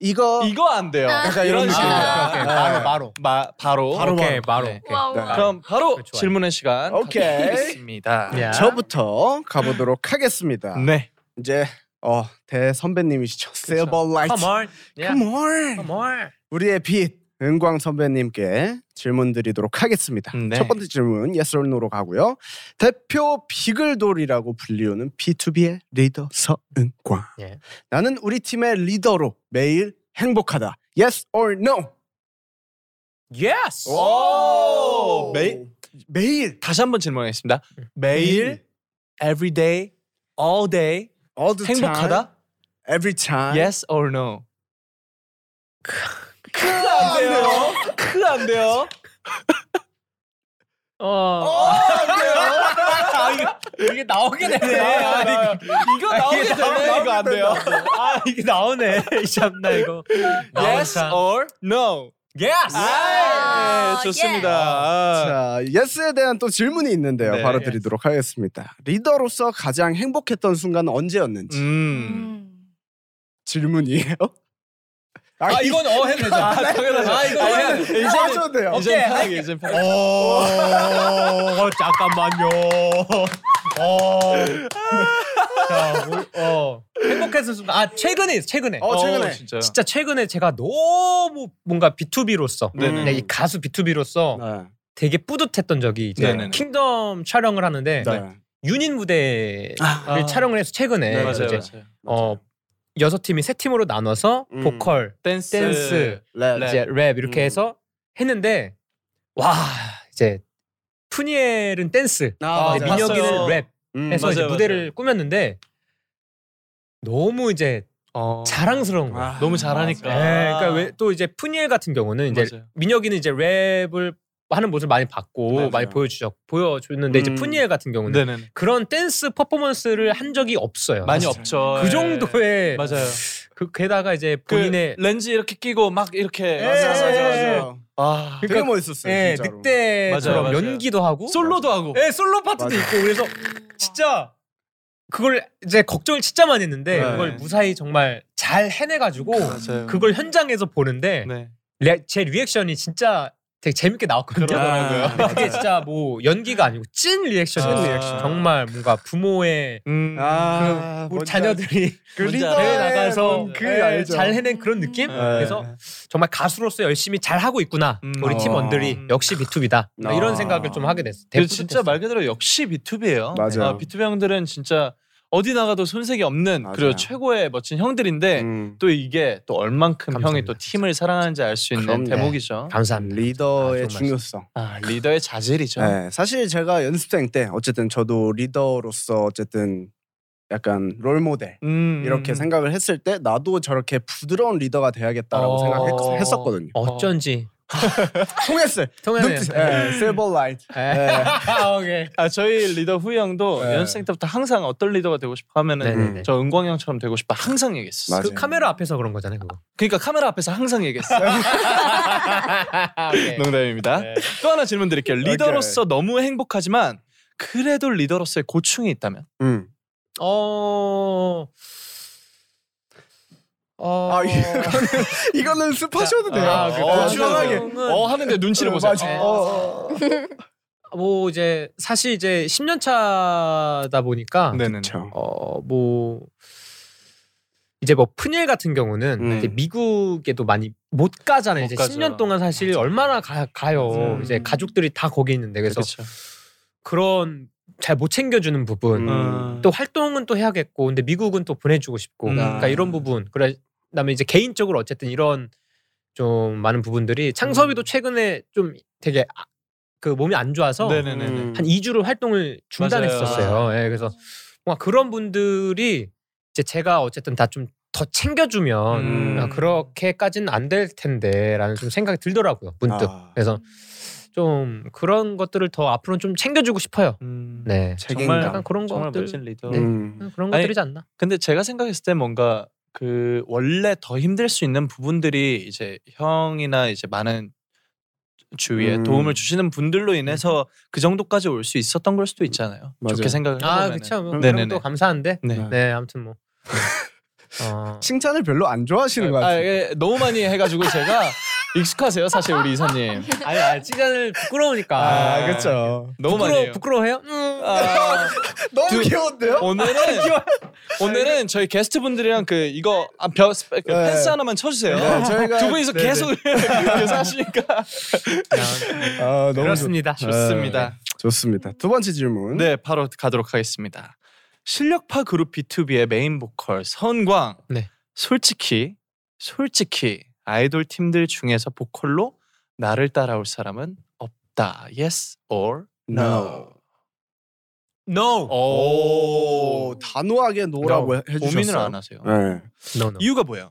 [SPEAKER 2] 이거
[SPEAKER 1] 이거 안 돼요.
[SPEAKER 2] 약간 이런
[SPEAKER 1] 이런
[SPEAKER 2] 느낌.
[SPEAKER 1] 식입니다.
[SPEAKER 3] 아, 오케이, 오케이.
[SPEAKER 2] 네.
[SPEAKER 3] 바로, 바로.
[SPEAKER 1] 마, 바로
[SPEAKER 2] 바로
[SPEAKER 3] 오케이, 바로.
[SPEAKER 1] 네.
[SPEAKER 3] 오케이.
[SPEAKER 5] 우와 우와
[SPEAKER 1] 그럼 바로
[SPEAKER 3] 좋아요.
[SPEAKER 1] 질문의 시간
[SPEAKER 2] 오케이.
[SPEAKER 1] 가겠습니다.
[SPEAKER 3] 야.
[SPEAKER 2] 저부터 가보도록 하겠습니다.
[SPEAKER 1] 네.
[SPEAKER 2] 이제 어, 대 선배님이시죠. Silver Light.
[SPEAKER 3] Come on.
[SPEAKER 2] Come on.
[SPEAKER 3] Come on.
[SPEAKER 2] 우리의 빛 은광 선배님께 질문 드리도록 하겠습니다.
[SPEAKER 3] 음,
[SPEAKER 1] 네.
[SPEAKER 2] 첫 번째 질문 yes or no로 가고요. 대표 비글돌이라고 불리우는 B2B의 리더 서은광.
[SPEAKER 3] 예.
[SPEAKER 2] 나는 우리 팀의 리더로 매일 행복하다. Yes or no?
[SPEAKER 3] Yes.
[SPEAKER 1] 오! 매일 매일 다시 한번 질문하겠습니다. 매일 every day all day
[SPEAKER 2] All the time,
[SPEAKER 1] 행복하다?
[SPEAKER 2] every time.
[SPEAKER 1] Yes or no? 안 돼요. 크 안 돼요.
[SPEAKER 3] 어. 아, 이게, 이게 나오게 되네. 아, 이거-
[SPEAKER 1] 이거
[SPEAKER 3] 아,
[SPEAKER 1] 나오게
[SPEAKER 3] 이게 나오-
[SPEAKER 1] 되네. 이거 안 돼요.
[SPEAKER 3] 아, 이게 나오네. 이 참나 이거.
[SPEAKER 1] Yes
[SPEAKER 3] 나오자.
[SPEAKER 1] or no.
[SPEAKER 3] yes.
[SPEAKER 1] 아, 예, 좋습니다. 아.
[SPEAKER 2] 자, 예스에 대한 또 질문이 있는데요.
[SPEAKER 1] 네.
[SPEAKER 3] 예.
[SPEAKER 2] 바로 드리도록 하겠습니다. 리더로서 가장 행복했던 순간은 언제였는지
[SPEAKER 1] 음.
[SPEAKER 4] 음.
[SPEAKER 2] 질문이에요.
[SPEAKER 3] 아, 이건 어 해도 되죠.
[SPEAKER 1] 아, 당연하죠.
[SPEAKER 3] 아, 이거 해야 돼.
[SPEAKER 1] 이제는-
[SPEAKER 2] 이거 하셔도 돼요.
[SPEAKER 1] 이제는
[SPEAKER 3] 오케이.
[SPEAKER 1] 편하게, 이제는 편하게.
[SPEAKER 2] 어. 아,
[SPEAKER 3] 어, 잠깐만요. 어. 자, 뭐, 어. 행복했었습니다. 아, 최근에, 최근에.
[SPEAKER 2] 어, 최근에.
[SPEAKER 1] 진짜.
[SPEAKER 3] 진짜 최근에 제가 너무 뭔가 B2B로서
[SPEAKER 1] 네네.
[SPEAKER 3] 이 가수 B2B로서
[SPEAKER 2] 네.
[SPEAKER 3] 되게 뿌듯했던 적이 이제
[SPEAKER 1] 네네네.
[SPEAKER 3] 킹덤 촬영을 하는데
[SPEAKER 2] 네.
[SPEAKER 3] 유닛 무대를
[SPEAKER 1] 아.
[SPEAKER 3] 촬영을 해서 최근에
[SPEAKER 2] 네,
[SPEAKER 1] 맞아요,
[SPEAKER 3] 이제
[SPEAKER 1] 맞아요.
[SPEAKER 3] 어 여섯 팀이 세 팀으로 나눠서
[SPEAKER 2] 음.
[SPEAKER 3] 보컬,
[SPEAKER 1] 댄스.
[SPEAKER 3] 댄스,
[SPEAKER 2] 네.
[SPEAKER 1] 네.
[SPEAKER 3] 이제 랩 이렇게
[SPEAKER 2] 음.
[SPEAKER 3] 해서 했는데 와 이제 푸니엘은 댄스,
[SPEAKER 2] 아,
[SPEAKER 3] 이제
[SPEAKER 1] 맞아요.
[SPEAKER 3] 민혁이는
[SPEAKER 1] 봤어요.
[SPEAKER 3] 랩
[SPEAKER 2] 음.
[SPEAKER 3] 해서 이제
[SPEAKER 1] 맞아요,
[SPEAKER 3] 무대를
[SPEAKER 1] 맞아요.
[SPEAKER 3] 꾸몄는데 너무 이제
[SPEAKER 1] 어.
[SPEAKER 3] 자랑스러운 거야.
[SPEAKER 2] 아,
[SPEAKER 1] 너무 잘하니까.
[SPEAKER 3] 네, 그러니까 왜 또 이제 푸니엘 같은 경우는 이제
[SPEAKER 1] 맞아요.
[SPEAKER 3] 민혁이는 이제 랩을 하는 모습을 많이 봤고
[SPEAKER 2] 맞아요.
[SPEAKER 3] 많이 보여주셨 보여줬는데 이제
[SPEAKER 2] 음.
[SPEAKER 3] 푸니엘 같은 경우는
[SPEAKER 1] 아. 네네네.
[SPEAKER 3] 그런 댄스 퍼포먼스를 한 적이 없어요.
[SPEAKER 1] 많이
[SPEAKER 3] 사실.
[SPEAKER 1] 없죠.
[SPEAKER 3] 그
[SPEAKER 1] 예.
[SPEAKER 3] 정도의
[SPEAKER 1] 맞아요.
[SPEAKER 3] 그 게다가 이제
[SPEAKER 1] 그
[SPEAKER 3] 본인의
[SPEAKER 1] 렌즈 이렇게 끼고 막 이렇게
[SPEAKER 2] 맞아, 맞아, 맞아.
[SPEAKER 3] 예.
[SPEAKER 1] 아.
[SPEAKER 2] 되게 멋있었어요.
[SPEAKER 3] 예,
[SPEAKER 2] 진짜로.
[SPEAKER 3] 늑대처럼
[SPEAKER 1] 맞아요, 맞아요.
[SPEAKER 3] 연기도 하고
[SPEAKER 1] 솔로도 하고.
[SPEAKER 3] 예, 솔로 파트도
[SPEAKER 2] 맞아.
[SPEAKER 3] 있고 그래서 진짜 그걸 이제 걱정을 진짜 많이 했는데
[SPEAKER 1] 네.
[SPEAKER 3] 그걸 무사히 정말 잘 해내가지고
[SPEAKER 1] 맞아요.
[SPEAKER 3] 그걸 현장에서 보는데
[SPEAKER 1] 네.
[SPEAKER 3] 레- 제 리액션이 진짜 되게 재밌게 나왔거든요.
[SPEAKER 1] 그러더라고요. 아.
[SPEAKER 3] 근데 그게 진짜 뭐 연기가 아니고 찐 리액션이에요.
[SPEAKER 1] 찐 리액션.
[SPEAKER 3] 리액션. 정말 뭔가 부모의
[SPEAKER 1] 음.
[SPEAKER 2] 아,
[SPEAKER 3] 네. 우리
[SPEAKER 2] 뭔지
[SPEAKER 3] 자녀들이
[SPEAKER 2] 그
[SPEAKER 1] 뭔지
[SPEAKER 2] 리더의
[SPEAKER 1] 알아요.
[SPEAKER 3] 대회 나가서
[SPEAKER 2] 그
[SPEAKER 3] 예,
[SPEAKER 2] 알죠.
[SPEAKER 3] 잘 해낸 그런 느낌?
[SPEAKER 1] 네.
[SPEAKER 3] 그래서 정말 가수로서 열심히 잘 하고 있구나.
[SPEAKER 1] 음.
[SPEAKER 3] 우리
[SPEAKER 2] 어.
[SPEAKER 3] 팀원들이 역시 비투비다.
[SPEAKER 2] 아.
[SPEAKER 3] 이런 생각을 좀 하게 됐어.
[SPEAKER 1] 그 진짜 말 그대로 역시 B2B예요.
[SPEAKER 2] 맞아요.
[SPEAKER 1] B2B 형들은 진짜 어디 나가도 손색이 없는
[SPEAKER 2] 맞아요.
[SPEAKER 1] 그리고 최고의 멋진
[SPEAKER 3] 네.
[SPEAKER 1] 형들인데
[SPEAKER 2] 음.
[SPEAKER 1] 또 이게 또 얼만큼 형이
[SPEAKER 3] 감사합니다.
[SPEAKER 1] 또 팀을 사랑하는지 알 수 있는
[SPEAKER 2] 그럼요.
[SPEAKER 1] 대목이죠.
[SPEAKER 3] 감사합니다.
[SPEAKER 2] 리더의
[SPEAKER 3] 아, 정말.
[SPEAKER 2] 중요성.
[SPEAKER 1] 아, 리더의 자질이죠.
[SPEAKER 2] 네, 사실 제가 연습생 때 어쨌든 저도 리더로서 어쨌든 약간 롤 모델
[SPEAKER 1] 음,
[SPEAKER 2] 이렇게
[SPEAKER 1] 음.
[SPEAKER 2] 생각을 했을 때 나도 저렇게 부드러운 리더가 돼야겠다라고
[SPEAKER 1] 어.
[SPEAKER 2] 생각했었거든요.
[SPEAKER 3] 어쩐지
[SPEAKER 2] 통했어요.
[SPEAKER 3] 통하네요. 음.
[SPEAKER 2] 눈빛, 예, 실버 라이트.
[SPEAKER 3] 예. 아, 오케이.
[SPEAKER 1] 아 저희 리더 후이 형도
[SPEAKER 2] 네.
[SPEAKER 1] 연습생 때부터 항상 어떤 리더가 되고 싶어 하면은
[SPEAKER 3] 네네네.
[SPEAKER 1] 저 은광이 형처럼 되고 싶다 항상 얘기했어.
[SPEAKER 2] 맞아요.
[SPEAKER 3] 그 카메라 앞에서 그런 거잖아요. 그거.
[SPEAKER 1] 그러니까 카메라 앞에서 항상 얘기했어. 농담입니다. 네. 또 하나 질문 드릴게요. 리더로서 너무 행복하지만 그래도 리더로서의 고충이 있다면?
[SPEAKER 2] 음.
[SPEAKER 3] 어. 어.
[SPEAKER 2] 아 이거는 이거는 습하셔도 돼요.
[SPEAKER 3] 아, 그
[SPEAKER 2] 어,
[SPEAKER 3] 고충은-
[SPEAKER 2] 편하게.
[SPEAKER 1] 어 하는데 눈치를 보세요.
[SPEAKER 2] 맞아.
[SPEAKER 1] 어.
[SPEAKER 2] 어. 어.
[SPEAKER 3] 뭐 이제 사실 이제 10년 차다 보니까
[SPEAKER 1] 네네네.
[SPEAKER 2] 그쵸.
[SPEAKER 3] 어 뭐 이제 뭐 푸닐 같은 경우는
[SPEAKER 2] 음.
[SPEAKER 3] 이제 미국에도 많이 못 가잖아요.
[SPEAKER 1] 못
[SPEAKER 3] 이제
[SPEAKER 1] 가죠.
[SPEAKER 3] 10년 동안 사실 얼마나 가, 가요.
[SPEAKER 1] 음. 그렇죠.
[SPEAKER 3] 이제 가족들이 다 거기 있는데 그래서
[SPEAKER 1] 그쵸.
[SPEAKER 3] 그런 잘 못 챙겨주는 부분
[SPEAKER 1] 음.
[SPEAKER 3] 또 활동은 또 해야겠고 근데 미국은 또 보내주고 싶고
[SPEAKER 1] 음.
[SPEAKER 3] 그러니까 이런 부분 그래 그다음에 이제 개인적으로 어쨌든 이런 좀 많은
[SPEAKER 1] 음.
[SPEAKER 3] 부분들이 창섭이도 최근에 좀 되게 아- 그 몸이 안 좋아서
[SPEAKER 1] 네네네.
[SPEAKER 2] 음.
[SPEAKER 3] 한 2주를 활동을 중단했었어요. 예, 그래서 뭔가 그런 분들이 이제 제가 어쨌든 다 좀 더 챙겨주면
[SPEAKER 1] 음.
[SPEAKER 3] 아, 그렇게까지는 안 될 텐데라는 좀 생각이 들더라고요 문득.
[SPEAKER 2] 아.
[SPEAKER 3] 그래서 좀 그런 것들을 더 앞으로는 좀 챙겨주고 싶어요.
[SPEAKER 1] 음.
[SPEAKER 3] 네,
[SPEAKER 2] 책임감.
[SPEAKER 3] 약간 그런
[SPEAKER 1] 정말
[SPEAKER 3] 것들
[SPEAKER 1] 멋진 리더.
[SPEAKER 3] 네.
[SPEAKER 2] 음.
[SPEAKER 3] 그런
[SPEAKER 1] 아니,
[SPEAKER 3] 것들이지 않나.
[SPEAKER 1] 근데 제가 생각했을 때 뭔가 그 원래 더 힘들 수 있는 부분들이 이제 형이나 이제 많은 주위에
[SPEAKER 2] 음.
[SPEAKER 1] 도움을 주시는 분들로 인해서 그 정도까지 올 수 있었던 걸 수도 있잖아요.
[SPEAKER 2] 맞아요.
[SPEAKER 1] 좋게 생각을
[SPEAKER 3] 아,
[SPEAKER 1] 해보면.
[SPEAKER 3] 그쵸. 뭐
[SPEAKER 1] 네네네.
[SPEAKER 3] 그런 것도 감사한데.
[SPEAKER 1] 네.
[SPEAKER 2] 네.
[SPEAKER 3] 네, 아무튼 뭐. 어.
[SPEAKER 2] 칭찬을 별로 안 좋아하시는 것
[SPEAKER 1] 아,
[SPEAKER 2] 같아요.
[SPEAKER 1] 예, 너무 많이 해가지고 제가 익숙하세요, 사실 우리 이사님.
[SPEAKER 3] 아니, 아, 칭찬을 부끄러우니까.
[SPEAKER 2] 아, 그렇죠.
[SPEAKER 1] 너무 많이 해요.
[SPEAKER 3] 부끄러워해요?
[SPEAKER 1] 아,
[SPEAKER 2] 너무
[SPEAKER 1] 예. 두- 어,
[SPEAKER 2] 귀여운데요?
[SPEAKER 1] 오늘은 오늘은 저희 게스트 분들이랑 그 이거 아, 벼, 스페- 그
[SPEAKER 2] 네.
[SPEAKER 1] 펜스 하나만 쳐주세요.
[SPEAKER 2] 네, 저희가-
[SPEAKER 1] 두 분이서
[SPEAKER 2] 네, 네.
[SPEAKER 1] 계속 계속 하시니까
[SPEAKER 2] 아, 너무
[SPEAKER 3] 그렇습니다.
[SPEAKER 2] 좋-
[SPEAKER 1] 좋습니다.
[SPEAKER 2] 네, 좋습니다. 두 번째 질문.
[SPEAKER 1] 네, 바로 가도록 하겠습니다. 실력파 그룹 B2B의 메인 보컬 선광.
[SPEAKER 3] 네.
[SPEAKER 1] 솔직히 솔직히 아이돌 팀들 중에서 보컬로 나를 따라올 사람은 없다. Yes or 네.
[SPEAKER 2] No.
[SPEAKER 3] No.
[SPEAKER 2] 오, 단호하게 노라고
[SPEAKER 1] No.
[SPEAKER 2] 해주셨어요.
[SPEAKER 1] 고민을 안 하세요.
[SPEAKER 2] 네.
[SPEAKER 3] No, no.
[SPEAKER 1] 이유가 뭐예요?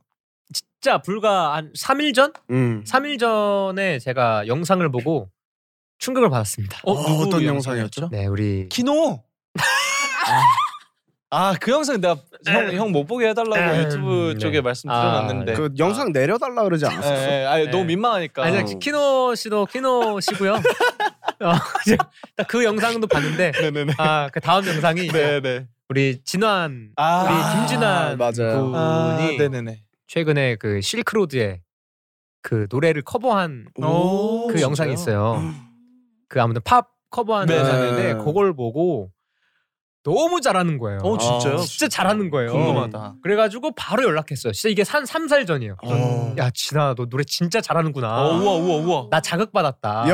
[SPEAKER 3] 지- 진짜 불과 한 3일 전?
[SPEAKER 2] 음.
[SPEAKER 3] 3일 전에 제가 영상을 보고 충격을 받았습니다.
[SPEAKER 1] 어,
[SPEAKER 2] 어,
[SPEAKER 1] 누구
[SPEAKER 2] 어떤
[SPEAKER 1] 영상이었죠?
[SPEAKER 3] 네, 우리
[SPEAKER 1] 키노. 아 그 영상 내가 형 형 못 보게 해달라고
[SPEAKER 3] 음,
[SPEAKER 1] 유튜브
[SPEAKER 3] 네.
[SPEAKER 1] 쪽에 말씀드렸는데.
[SPEAKER 3] 아,
[SPEAKER 2] 그 영상 내려달라 그러지
[SPEAKER 1] 예,
[SPEAKER 2] 않았어?
[SPEAKER 1] 예, 아니,
[SPEAKER 3] 네.
[SPEAKER 1] 너무 민망하니까.
[SPEAKER 3] 아니 저 키노 씨도 키노 씨고요. 어, 이제 딱그 영상도 봤는데
[SPEAKER 1] 네네네.
[SPEAKER 3] 아, 그 다음 영상이 이제
[SPEAKER 1] 네네.
[SPEAKER 3] 우리 진환
[SPEAKER 1] 아,
[SPEAKER 3] 우리 김진환
[SPEAKER 2] 맞아요.
[SPEAKER 3] 군이
[SPEAKER 1] 아, 네네네.
[SPEAKER 3] 최근에 그 실크로드의 그 노래를 커버한
[SPEAKER 1] 오,
[SPEAKER 3] 그
[SPEAKER 1] 진짜요?
[SPEAKER 3] 영상이 있어요. 그 아무튼 팝 커버한
[SPEAKER 1] 네.
[SPEAKER 3] 영상인데
[SPEAKER 2] 네.
[SPEAKER 3] 그걸 보고 너무 잘하는 거예요. 아,
[SPEAKER 1] 어
[SPEAKER 2] 아,
[SPEAKER 1] 진짜요?
[SPEAKER 3] 진짜 잘하는 거예요.
[SPEAKER 1] 궁금하다.
[SPEAKER 3] 그래서 바로 연락했어요. 진짜 이게 한 3, 4일 전이에요.
[SPEAKER 2] 어.
[SPEAKER 3] 야 진아 너 노래 진짜 잘하는구나.
[SPEAKER 1] 어, 우와 우와 우와.
[SPEAKER 3] 나 자극받았다.
[SPEAKER 2] 야,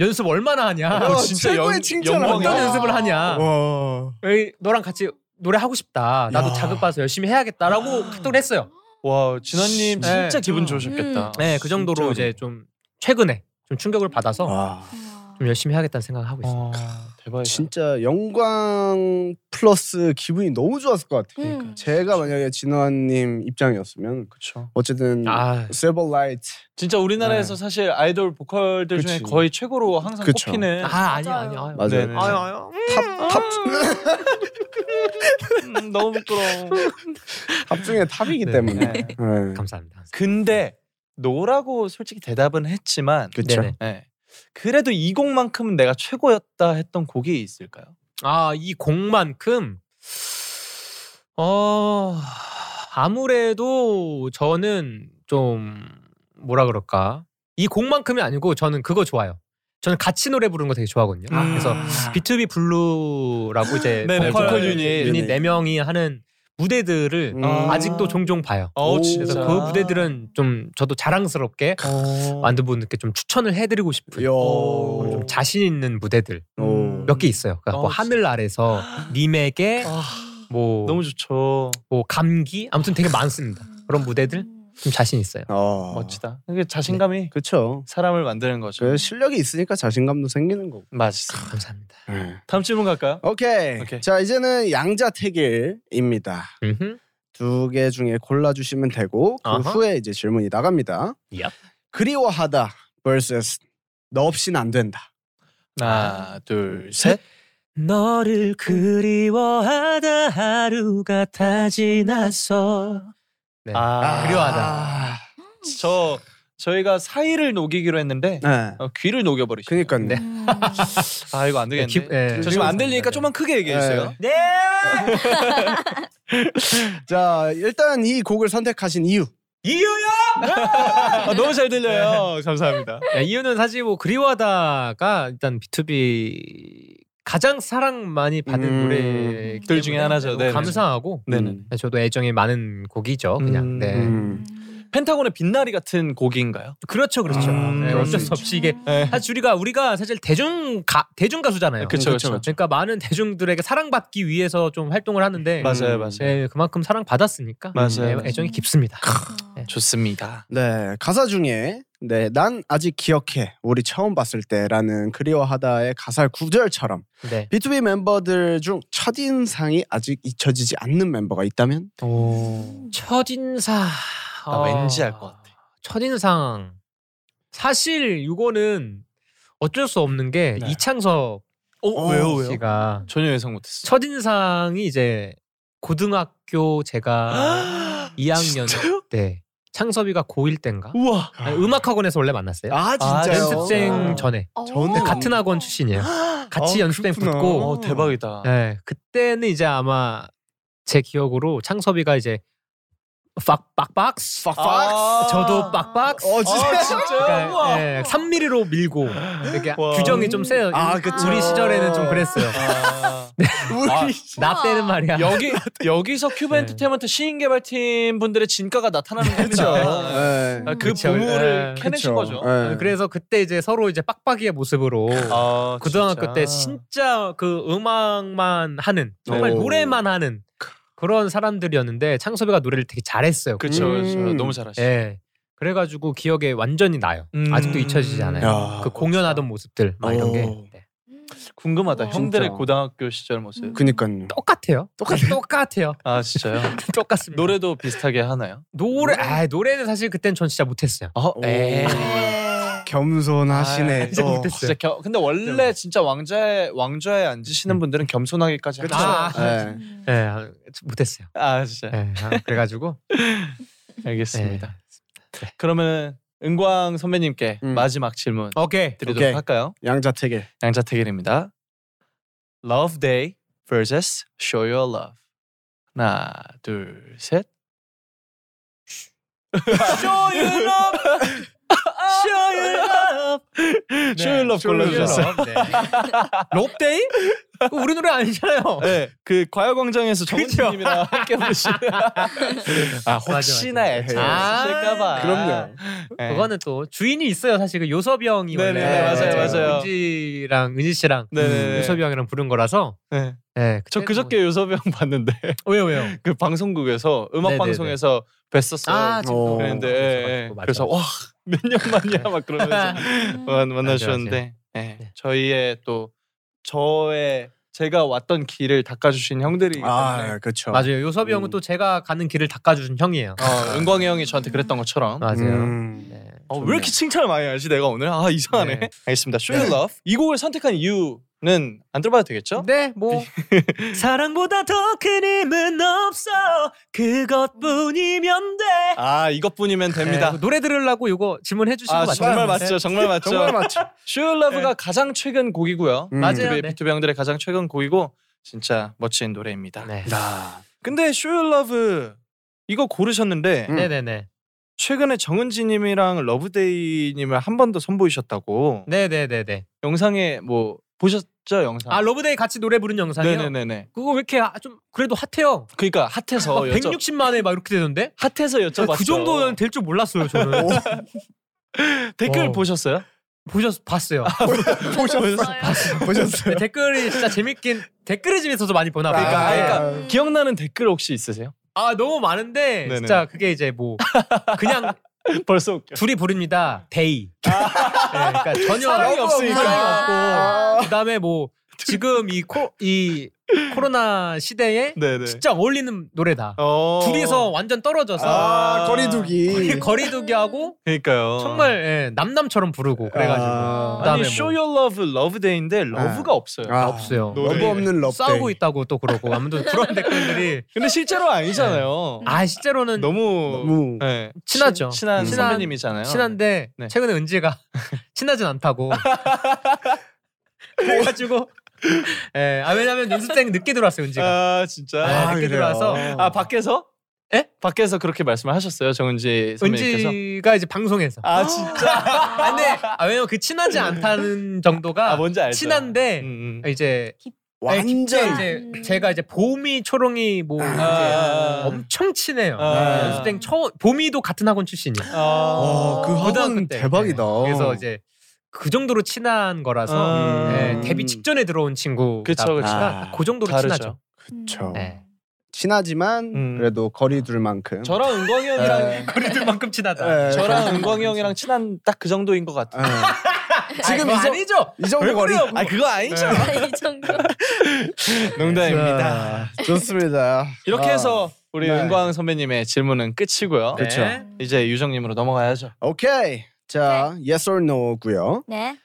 [SPEAKER 3] 연습 얼마나 하냐.
[SPEAKER 1] 어,
[SPEAKER 3] 어떤
[SPEAKER 1] 진짜
[SPEAKER 2] 최고의
[SPEAKER 1] 영-
[SPEAKER 2] 칭찬을 어. 한다.
[SPEAKER 1] 영광이야.
[SPEAKER 3] 연습을 하냐.
[SPEAKER 2] 와,
[SPEAKER 3] 에이, 너랑 같이 노래 하고 싶다. 나도
[SPEAKER 2] 야.
[SPEAKER 3] 자극받아서 열심히 해야겠다라고 카톡을 했어요.
[SPEAKER 1] 와 진아님
[SPEAKER 3] 네.
[SPEAKER 1] 진짜 기분 좋으셨겠다.
[SPEAKER 3] 네, 그 정도로
[SPEAKER 1] 진짜로.
[SPEAKER 3] 이제 좀 최근에 좀 충격을 받아서
[SPEAKER 2] 와,
[SPEAKER 3] 좀 열심히 해야겠다는 생각을 하고 있어요.
[SPEAKER 1] 어, 대박이다.
[SPEAKER 2] 진짜 영광 플러스 기분이 너무 좋았을 것 같아요.
[SPEAKER 4] 음.
[SPEAKER 2] 제가 만약에 진화님 입장이었으면
[SPEAKER 1] 그렇죠.
[SPEAKER 2] 어쨌든
[SPEAKER 3] 아,
[SPEAKER 2] Silver Light
[SPEAKER 1] 진짜 우리나라에서 사실 아이돌 보컬들 중에
[SPEAKER 2] 그치.
[SPEAKER 1] 거의 최고로 항상
[SPEAKER 2] 그쵸.
[SPEAKER 1] 꼽히는.
[SPEAKER 3] 아 아니
[SPEAKER 4] 맞아요.
[SPEAKER 3] 아니 아니.
[SPEAKER 2] 맞아요.
[SPEAKER 1] 네네.
[SPEAKER 3] 아유 아유.
[SPEAKER 2] 탑, 탑,
[SPEAKER 1] 음, 너무 부끄러워.
[SPEAKER 2] 탑 중에 탑이기
[SPEAKER 3] 네.
[SPEAKER 2] 때문에.
[SPEAKER 1] 네.
[SPEAKER 2] 네.
[SPEAKER 3] 감사합니다.
[SPEAKER 1] 그, 근데 노라고 솔직히 대답은 했지만
[SPEAKER 2] 그쵸.
[SPEAKER 3] 네네.
[SPEAKER 1] 예. 그래도 이 곡만큼은 내가 최고였다 했던 곡이 있을까요?
[SPEAKER 3] 아이 곡만큼 어 아무래도 저는 좀 뭐라 그럴까 이 곡만큼이 아니고 저는 그거 좋아요. 저는 같이 노래 부르는 거 되게 음. 좋아하거든요. 그래서 B2B 블루라고 이제
[SPEAKER 1] 네네,
[SPEAKER 3] 보컬,
[SPEAKER 1] 보컬 유닛.
[SPEAKER 3] 유닛
[SPEAKER 2] 네네.
[SPEAKER 3] 네 명이 하는 무대들을
[SPEAKER 2] 음.
[SPEAKER 3] 아직도 종종 봐요.
[SPEAKER 1] 어,
[SPEAKER 3] 그래서
[SPEAKER 1] 진짜.
[SPEAKER 3] 그 무대들은 좀 저도 자랑스럽게
[SPEAKER 1] 어.
[SPEAKER 3] 완두분들께 좀 추천을 해드리고 싶은
[SPEAKER 2] 야.
[SPEAKER 1] 오.
[SPEAKER 3] 어, 좀 자신 있는 무대들
[SPEAKER 2] 오.
[SPEAKER 3] 몇 개 있어요. 그러니까
[SPEAKER 1] 어,
[SPEAKER 3] 뭐 하늘 아래서 님에게
[SPEAKER 1] 아,
[SPEAKER 3] 뭐,
[SPEAKER 1] 너무 좋죠.
[SPEAKER 3] 뭐 감기 아무튼 되게 많습니다. 그런 무대들 좀 자신 있어요.
[SPEAKER 2] 어.
[SPEAKER 1] 멋지다. 이게 자신감이
[SPEAKER 2] 그렇죠.
[SPEAKER 1] 사람을 만드는 거죠.
[SPEAKER 3] 음.
[SPEAKER 2] 그 실력이 있으니까 자신감도 생기는 거고. 네.
[SPEAKER 1] 맞습니다.
[SPEAKER 3] 감사합니다.
[SPEAKER 1] 다음 질문 갈까요?
[SPEAKER 2] 오케이.
[SPEAKER 1] 오케이.
[SPEAKER 2] 자 이제는 양자택일입니다.
[SPEAKER 3] 음흠.
[SPEAKER 2] 두 개 중에 골라주시면 되고 그
[SPEAKER 3] 아하.
[SPEAKER 2] 후에 이제 질문이 나갑니다.
[SPEAKER 3] Yep.
[SPEAKER 2] 그리워하다 vs 너 없인 안 된다.
[SPEAKER 1] 하나, 둘, 셋.
[SPEAKER 3] 너를 그리워하다 하루가 다 지났어. 네.
[SPEAKER 1] 아,
[SPEAKER 3] 그리워하다.
[SPEAKER 1] 저 저희가 사이를 녹이기로 했는데
[SPEAKER 2] 네.
[SPEAKER 1] 어, 귀를 녹여버리시.
[SPEAKER 2] 그러니까
[SPEAKER 3] 네.
[SPEAKER 1] 아 이거 안 되겠네.
[SPEAKER 3] 기- 예.
[SPEAKER 1] 저 지금 안 들리니까
[SPEAKER 3] 네.
[SPEAKER 1] 좀만 크게 얘기해 주세요.
[SPEAKER 3] 네.
[SPEAKER 2] 자 일단 이 곡을 선택하신 이유.
[SPEAKER 3] 이유요?
[SPEAKER 1] 아, 너무 잘 들려요. 감사합니다.
[SPEAKER 3] 야, 이유는 사실 뭐 그리워하다가 일단 B2B 가장 사랑 많이 받은
[SPEAKER 2] 음.
[SPEAKER 3] 노래
[SPEAKER 1] 들 중에 하나죠. 네.
[SPEAKER 3] 뭐 감사하고
[SPEAKER 1] 네네.
[SPEAKER 3] 저도 애정이 많은 곡이죠. 그냥
[SPEAKER 1] 음.
[SPEAKER 3] 네.
[SPEAKER 2] 음.
[SPEAKER 1] 펜타곤의 빛나리 같은 곡인가요?
[SPEAKER 3] 그렇죠, 그렇죠.
[SPEAKER 1] 음.
[SPEAKER 3] 네, 어쩔 수 없이 이게
[SPEAKER 1] 네.
[SPEAKER 3] 사실 우리가 우리가 사실 대중 가 대중 가수잖아요.
[SPEAKER 1] 그쵸, 그쵸, 그쵸.
[SPEAKER 3] 그러니까 많은 대중들에게 사랑받기 위해서 좀 활동을 하는데
[SPEAKER 1] 맞아요,
[SPEAKER 2] 음.
[SPEAKER 1] 맞아요.
[SPEAKER 3] 네, 그만큼 사랑받았으니까
[SPEAKER 1] 맞아요.
[SPEAKER 3] 네, 애정이 깊습니다.
[SPEAKER 1] 좋습니다.
[SPEAKER 2] 네 가사 중에 네 난 아직 기억해 우리 처음 봤을 때라는 그리워하다의 가사 구절처럼
[SPEAKER 3] 네.
[SPEAKER 2] B2B 멤버들 중 첫인상이 아직 잊혀지지 않는 멤버가 있다면?
[SPEAKER 1] 오.
[SPEAKER 3] 첫인상. 어,
[SPEAKER 1] 나 왠지 알것 같아.
[SPEAKER 3] 첫인상. 사실 이거는 어쩔 수 없는 게
[SPEAKER 1] 네.
[SPEAKER 3] 이창섭
[SPEAKER 1] 어, 왜요, 왜요?
[SPEAKER 3] 씨가
[SPEAKER 1] 전혀 예상 못했어.
[SPEAKER 3] 첫인상이 이제 고등학교 제가 2학년 때 창섭이가 고1 때인가?
[SPEAKER 1] 우와.
[SPEAKER 3] 아니, 음악학원에서 원래 만났어요.
[SPEAKER 2] 아
[SPEAKER 3] 연습생
[SPEAKER 1] 아.
[SPEAKER 3] 전에
[SPEAKER 2] 저는
[SPEAKER 4] 어.
[SPEAKER 3] 같은 학원 출신이에요. 같이 연습생
[SPEAKER 2] 그렇구나.
[SPEAKER 3] 붙고
[SPEAKER 1] 어 대박이다.
[SPEAKER 3] 네, 그때는 이제 아마 제 기억으로 창섭이가 이제 빡 빡박스
[SPEAKER 1] 아.
[SPEAKER 3] 저도 빡박스
[SPEAKER 2] 어,
[SPEAKER 1] 아,
[SPEAKER 2] 진짜?
[SPEAKER 1] 진짜요?
[SPEAKER 3] 그러니까
[SPEAKER 1] 우와.
[SPEAKER 3] 예, 3mm로 밀고 이렇게
[SPEAKER 1] 와.
[SPEAKER 3] 규정이 좀 세요.
[SPEAKER 2] 아, 그쵸.
[SPEAKER 3] 우리 시절에는 좀 그랬어요.
[SPEAKER 1] 아.
[SPEAKER 2] 우리
[SPEAKER 3] 나 때는 말이야.
[SPEAKER 1] 여기 여기서 큐브 엔터테인먼트 시인 개발팀 분들의 진가가 나타나는 겁니다.
[SPEAKER 2] 네.
[SPEAKER 1] 아, 그
[SPEAKER 3] 그쵸.
[SPEAKER 1] 보물을
[SPEAKER 3] 예.
[SPEAKER 2] 그쵸.
[SPEAKER 1] 캐내신 거죠.
[SPEAKER 2] 네.
[SPEAKER 3] 그래서 그때 이제 서로 이제 빡빡이의 모습으로
[SPEAKER 1] 아,
[SPEAKER 3] 고등학교
[SPEAKER 1] 진짜.
[SPEAKER 3] 때 진짜 그 음악만 하는 정말
[SPEAKER 2] 오.
[SPEAKER 3] 노래만 하는 그런 사람들이었는데 창섭이가 노래를 되게 잘했어요.
[SPEAKER 1] 그쵸, 그쵸.
[SPEAKER 2] 음.
[SPEAKER 1] 너무 잘하시죠.
[SPEAKER 3] 예. 그래가지고 기억에 완전히 나요.
[SPEAKER 1] 음. 어.
[SPEAKER 3] 아직도 잊혀지지 않아요.
[SPEAKER 2] 야.
[SPEAKER 3] 그 공연하던 모습들 막 이런 게.
[SPEAKER 2] 오.
[SPEAKER 3] 네.
[SPEAKER 1] 궁금하다.
[SPEAKER 4] 어.
[SPEAKER 1] 형들의
[SPEAKER 2] 진짜.
[SPEAKER 1] 고등학교 시절 모습.
[SPEAKER 2] 그니까요.
[SPEAKER 3] 똑같아요. 똑같 똑같아요.
[SPEAKER 1] 아 진짜요?
[SPEAKER 3] 똑같습니다.
[SPEAKER 1] 노래도 비슷하게 하나요?
[SPEAKER 3] 노래 아 노래는 사실 그땐 전 진짜 못했어요. 예. 아.
[SPEAKER 1] 어, 에이.
[SPEAKER 2] 겸손하시네.
[SPEAKER 1] 아,
[SPEAKER 3] 진짜
[SPEAKER 2] 또.
[SPEAKER 3] 네. 못했어요.
[SPEAKER 1] 진짜 네. 겨, 근데 원래 진짜 왕좌에 왕좌에 앉으시는 분들은 겸손하기까지
[SPEAKER 2] 그쵸.
[SPEAKER 1] 하잖아요.
[SPEAKER 2] 네.
[SPEAKER 3] 예, 아, 못했어요.
[SPEAKER 1] 아 진짜.
[SPEAKER 3] 예, 아, 그래가지고
[SPEAKER 1] 알겠습니다.
[SPEAKER 3] 예.
[SPEAKER 1] 그러면 은광 선배님께
[SPEAKER 2] 음.
[SPEAKER 1] 마지막 질문
[SPEAKER 3] 어, 오케이.
[SPEAKER 1] 드리도록
[SPEAKER 2] 오케이.
[SPEAKER 1] 할까요?
[SPEAKER 2] 양자택일.
[SPEAKER 1] 양자택일입니다. Love Day vs Show Your Love. 하나, 둘, 셋. Show Your Love. Show Your Love.
[SPEAKER 3] 네,
[SPEAKER 1] Show Your Love 골라주셨어요.
[SPEAKER 3] 롭데이? 그거 우리 노래 아니잖아요.
[SPEAKER 1] 네, 그 과열광장에서
[SPEAKER 3] 그죠?
[SPEAKER 1] 정원님이랑 함께 보신. 아 혹시나
[SPEAKER 3] 맞아.
[SPEAKER 1] 애착하실까봐. 네.
[SPEAKER 3] 아,
[SPEAKER 2] 그럼요.
[SPEAKER 3] 그거는 또 주인이 있어요. 사실 그 요섭이 형이
[SPEAKER 1] 네네,
[SPEAKER 3] 원래 그
[SPEAKER 1] 맞아요, 맞아요.
[SPEAKER 3] 은지랑 은지 씨랑
[SPEAKER 1] 네네.
[SPEAKER 3] 요섭이 형이랑 부른 거라서.
[SPEAKER 1] 네.
[SPEAKER 3] 예,
[SPEAKER 1] 저
[SPEAKER 3] 그때도-
[SPEAKER 1] 그저께 요섭이 형 봤는데
[SPEAKER 3] 왜요 왜요?
[SPEAKER 1] 그 방송국에서 음악
[SPEAKER 3] 네네네.
[SPEAKER 1] 방송에서 뵀었어요.
[SPEAKER 3] 아 지금
[SPEAKER 2] 어.
[SPEAKER 1] 그랬는데
[SPEAKER 3] 맞아,
[SPEAKER 1] 예,
[SPEAKER 3] 맞아,
[SPEAKER 1] 예.
[SPEAKER 3] 맞아.
[SPEAKER 1] 그래서 와 몇 년 만이야 막 그러면서 만- 만나주셨는데 예,
[SPEAKER 3] 네.
[SPEAKER 1] 저희의 또 저의 제가 왔던 길을 닦아주신 형들이기 때문에
[SPEAKER 2] 아, 그렇죠.
[SPEAKER 3] 맞아요. 요섭이
[SPEAKER 2] 음.
[SPEAKER 3] 형은 또 제가 가는 길을 닦아준 형이에요.
[SPEAKER 1] 어, 은광이 형이 저한테 그랬던 것처럼
[SPEAKER 3] 네. 맞아요.
[SPEAKER 2] 음.
[SPEAKER 3] 네.
[SPEAKER 1] 어, 왜 이렇게 칭찬을 많이 하지 내가 오늘 아 이상하네
[SPEAKER 3] 네.
[SPEAKER 1] 알겠습니다 Show Your Love 이 곡을 선택한 이유는 안 들어봐도 되겠죠?
[SPEAKER 3] 네, 뭐 사랑보다 더 큰 힘은 없어. 그것뿐이면 돼.
[SPEAKER 1] 아 이것뿐이면 됩니다
[SPEAKER 3] 네, 노래 들으려고 이거 질문해 주신
[SPEAKER 1] 아
[SPEAKER 3] 거 맞죠? 네.
[SPEAKER 1] 정말 맞죠 정말 맞죠
[SPEAKER 2] 정말 맞죠.
[SPEAKER 1] Show Your Love가 가장 최근 곡이고요
[SPEAKER 2] 음.
[SPEAKER 3] 맞아요.
[SPEAKER 1] 비투비
[SPEAKER 3] 네.
[SPEAKER 1] 비투비 형들의 가장 최근 곡이고 진짜 멋진 노래입니다
[SPEAKER 3] 네.
[SPEAKER 2] 나.
[SPEAKER 1] 근데 Show Your Love 이거 고르셨는데
[SPEAKER 2] 음.
[SPEAKER 3] 네, 네, 네.
[SPEAKER 1] 최근에 정은지님이랑 러브데이님을 한 번 더 선보이셨다고
[SPEAKER 3] 네, 네, 네, 네.
[SPEAKER 1] 영상에 뭐 보셨죠 영상?
[SPEAKER 3] 아, 러브데이 같이 노래 부른 영상이요.
[SPEAKER 1] 네네네네.
[SPEAKER 3] 그거 왜 이렇게 아- 좀 그래도 핫해요.
[SPEAKER 1] 그러니까
[SPEAKER 3] 막
[SPEAKER 1] 핫해서 여쭤
[SPEAKER 3] 160만에 막 이렇게 되던데?
[SPEAKER 1] 핫해서 여쭤봤죠.
[SPEAKER 3] 그 정도는 될 줄 몰랐어요, 저는.
[SPEAKER 1] 댓글
[SPEAKER 3] 어.
[SPEAKER 1] 보셨어요?
[SPEAKER 3] 보셨 봤어요.
[SPEAKER 1] 아, 네.
[SPEAKER 5] 보셨어요?
[SPEAKER 3] 네,
[SPEAKER 2] 보셨어요?
[SPEAKER 3] 댓글이 진짜 재밌긴 댓글이 좀 있어서 많이 보나 봐요.
[SPEAKER 1] 그러니까,
[SPEAKER 3] 네.
[SPEAKER 1] 그러니까. 기억나는 댓글 혹시 있으세요?
[SPEAKER 3] 아, 너무 많은데
[SPEAKER 1] 네네.
[SPEAKER 3] 진짜 그게 이제 뭐 그냥
[SPEAKER 1] 벌써 웃겨.
[SPEAKER 3] 둘이 부릅니다. 데이. 네, 그러니까 전혀
[SPEAKER 1] 아. 사랑이 없으니까. 아.
[SPEAKER 3] 사랑이 없고 그다음에 뭐 지금 이 코 이 코로나 시대에
[SPEAKER 1] 네네.
[SPEAKER 3] 진짜 어울리는 노래다.
[SPEAKER 1] 어.
[SPEAKER 3] 둘이서 완전 떨어져서
[SPEAKER 2] 아, 거리두기.
[SPEAKER 3] 거리두기하고
[SPEAKER 1] 그러니까요.
[SPEAKER 3] 정말 예, 남남처럼 부르고 그래가지고
[SPEAKER 2] 아.
[SPEAKER 1] 어. 아니
[SPEAKER 3] 그다음에 뭐
[SPEAKER 1] Show Your Love 러브데이인데 러브가 없어요.
[SPEAKER 2] 아,
[SPEAKER 3] 없어요. 뭐
[SPEAKER 1] 노래.
[SPEAKER 2] 러브 없는 러브.
[SPEAKER 3] 싸우고 있다고 또 그러고 아무튼 그런 댓글들이
[SPEAKER 1] 근데 실제로 네. 아니잖아요.
[SPEAKER 3] 아 실제로는
[SPEAKER 1] 너무,
[SPEAKER 2] 너무
[SPEAKER 1] 네.
[SPEAKER 3] 친하죠.
[SPEAKER 1] 친한
[SPEAKER 2] 친한-
[SPEAKER 1] 선배님이잖아요.
[SPEAKER 3] 친한데
[SPEAKER 1] 네.
[SPEAKER 3] 최근에 은지가 친하진 않다고 그래가지고 예, 아 왜냐면 연습생 늦게 들어왔어요 은지가
[SPEAKER 1] 아
[SPEAKER 3] 예,
[SPEAKER 1] 진짜.
[SPEAKER 2] 아,
[SPEAKER 3] 늦게
[SPEAKER 2] 그래요?
[SPEAKER 3] 들어와서
[SPEAKER 1] 아 밖에서? 예?
[SPEAKER 3] 에?
[SPEAKER 1] 밖에서 그렇게 말씀을 하셨어요 정은지 선배님께서?
[SPEAKER 3] 은지가 이제 방송에서
[SPEAKER 1] 아 진짜?
[SPEAKER 3] 아, 근데 아 왜냐면 그 친하지 않다는 정도가
[SPEAKER 1] 아 뭔지 알죠
[SPEAKER 3] 친한데
[SPEAKER 1] 음, 음.
[SPEAKER 3] 이제
[SPEAKER 2] 완전
[SPEAKER 3] 그때 이제 제가 이제 봄이 초롱이 뭐 이제
[SPEAKER 1] 아.
[SPEAKER 3] 엄청 친해요. 네,
[SPEAKER 1] 아.
[SPEAKER 3] 연습생 처음 봄이도 같은 학원 출신이에요.
[SPEAKER 1] 아,
[SPEAKER 2] 와, 그
[SPEAKER 3] 고등학교
[SPEAKER 2] 학원
[SPEAKER 3] 때.
[SPEAKER 2] 대박이다.
[SPEAKER 3] 네. 그래서 이제 그 정도로 친한 거라서
[SPEAKER 1] 아.
[SPEAKER 3] 네, 데뷔 직전에 들어온 친구.
[SPEAKER 1] 그쵸, 그쵸.
[SPEAKER 2] 음. 아.
[SPEAKER 3] 그 정도로
[SPEAKER 1] 다르죠.
[SPEAKER 3] 친하죠.
[SPEAKER 2] 그쵸.
[SPEAKER 3] 네.
[SPEAKER 2] 친하지만
[SPEAKER 1] 음.
[SPEAKER 2] 그래도 거리 둘 만큼.
[SPEAKER 1] 저랑 은광이 형이랑
[SPEAKER 2] 예.
[SPEAKER 3] 우리들만큼 친하다.
[SPEAKER 2] 예.
[SPEAKER 1] 아, 저랑 은광이 형이랑 친한 딱 그 정도인 것 같아
[SPEAKER 2] 예.
[SPEAKER 3] 지금
[SPEAKER 2] 이거
[SPEAKER 3] 아니죠?
[SPEAKER 2] 이 정도 거리.
[SPEAKER 1] 아 그거 아니죠
[SPEAKER 5] 이 정도.
[SPEAKER 1] 네. 농담입니다
[SPEAKER 2] 자, 아, 좋습니다.
[SPEAKER 1] 이렇게
[SPEAKER 2] 아,
[SPEAKER 1] 해서 우리
[SPEAKER 2] 네.
[SPEAKER 1] 은광 선배님의 질문은 끝이고요 네.
[SPEAKER 3] 그쵸.
[SPEAKER 1] 이제 유정님으로 넘어가야죠
[SPEAKER 2] 오케이. 자, yes or no고요.
[SPEAKER 5] 네.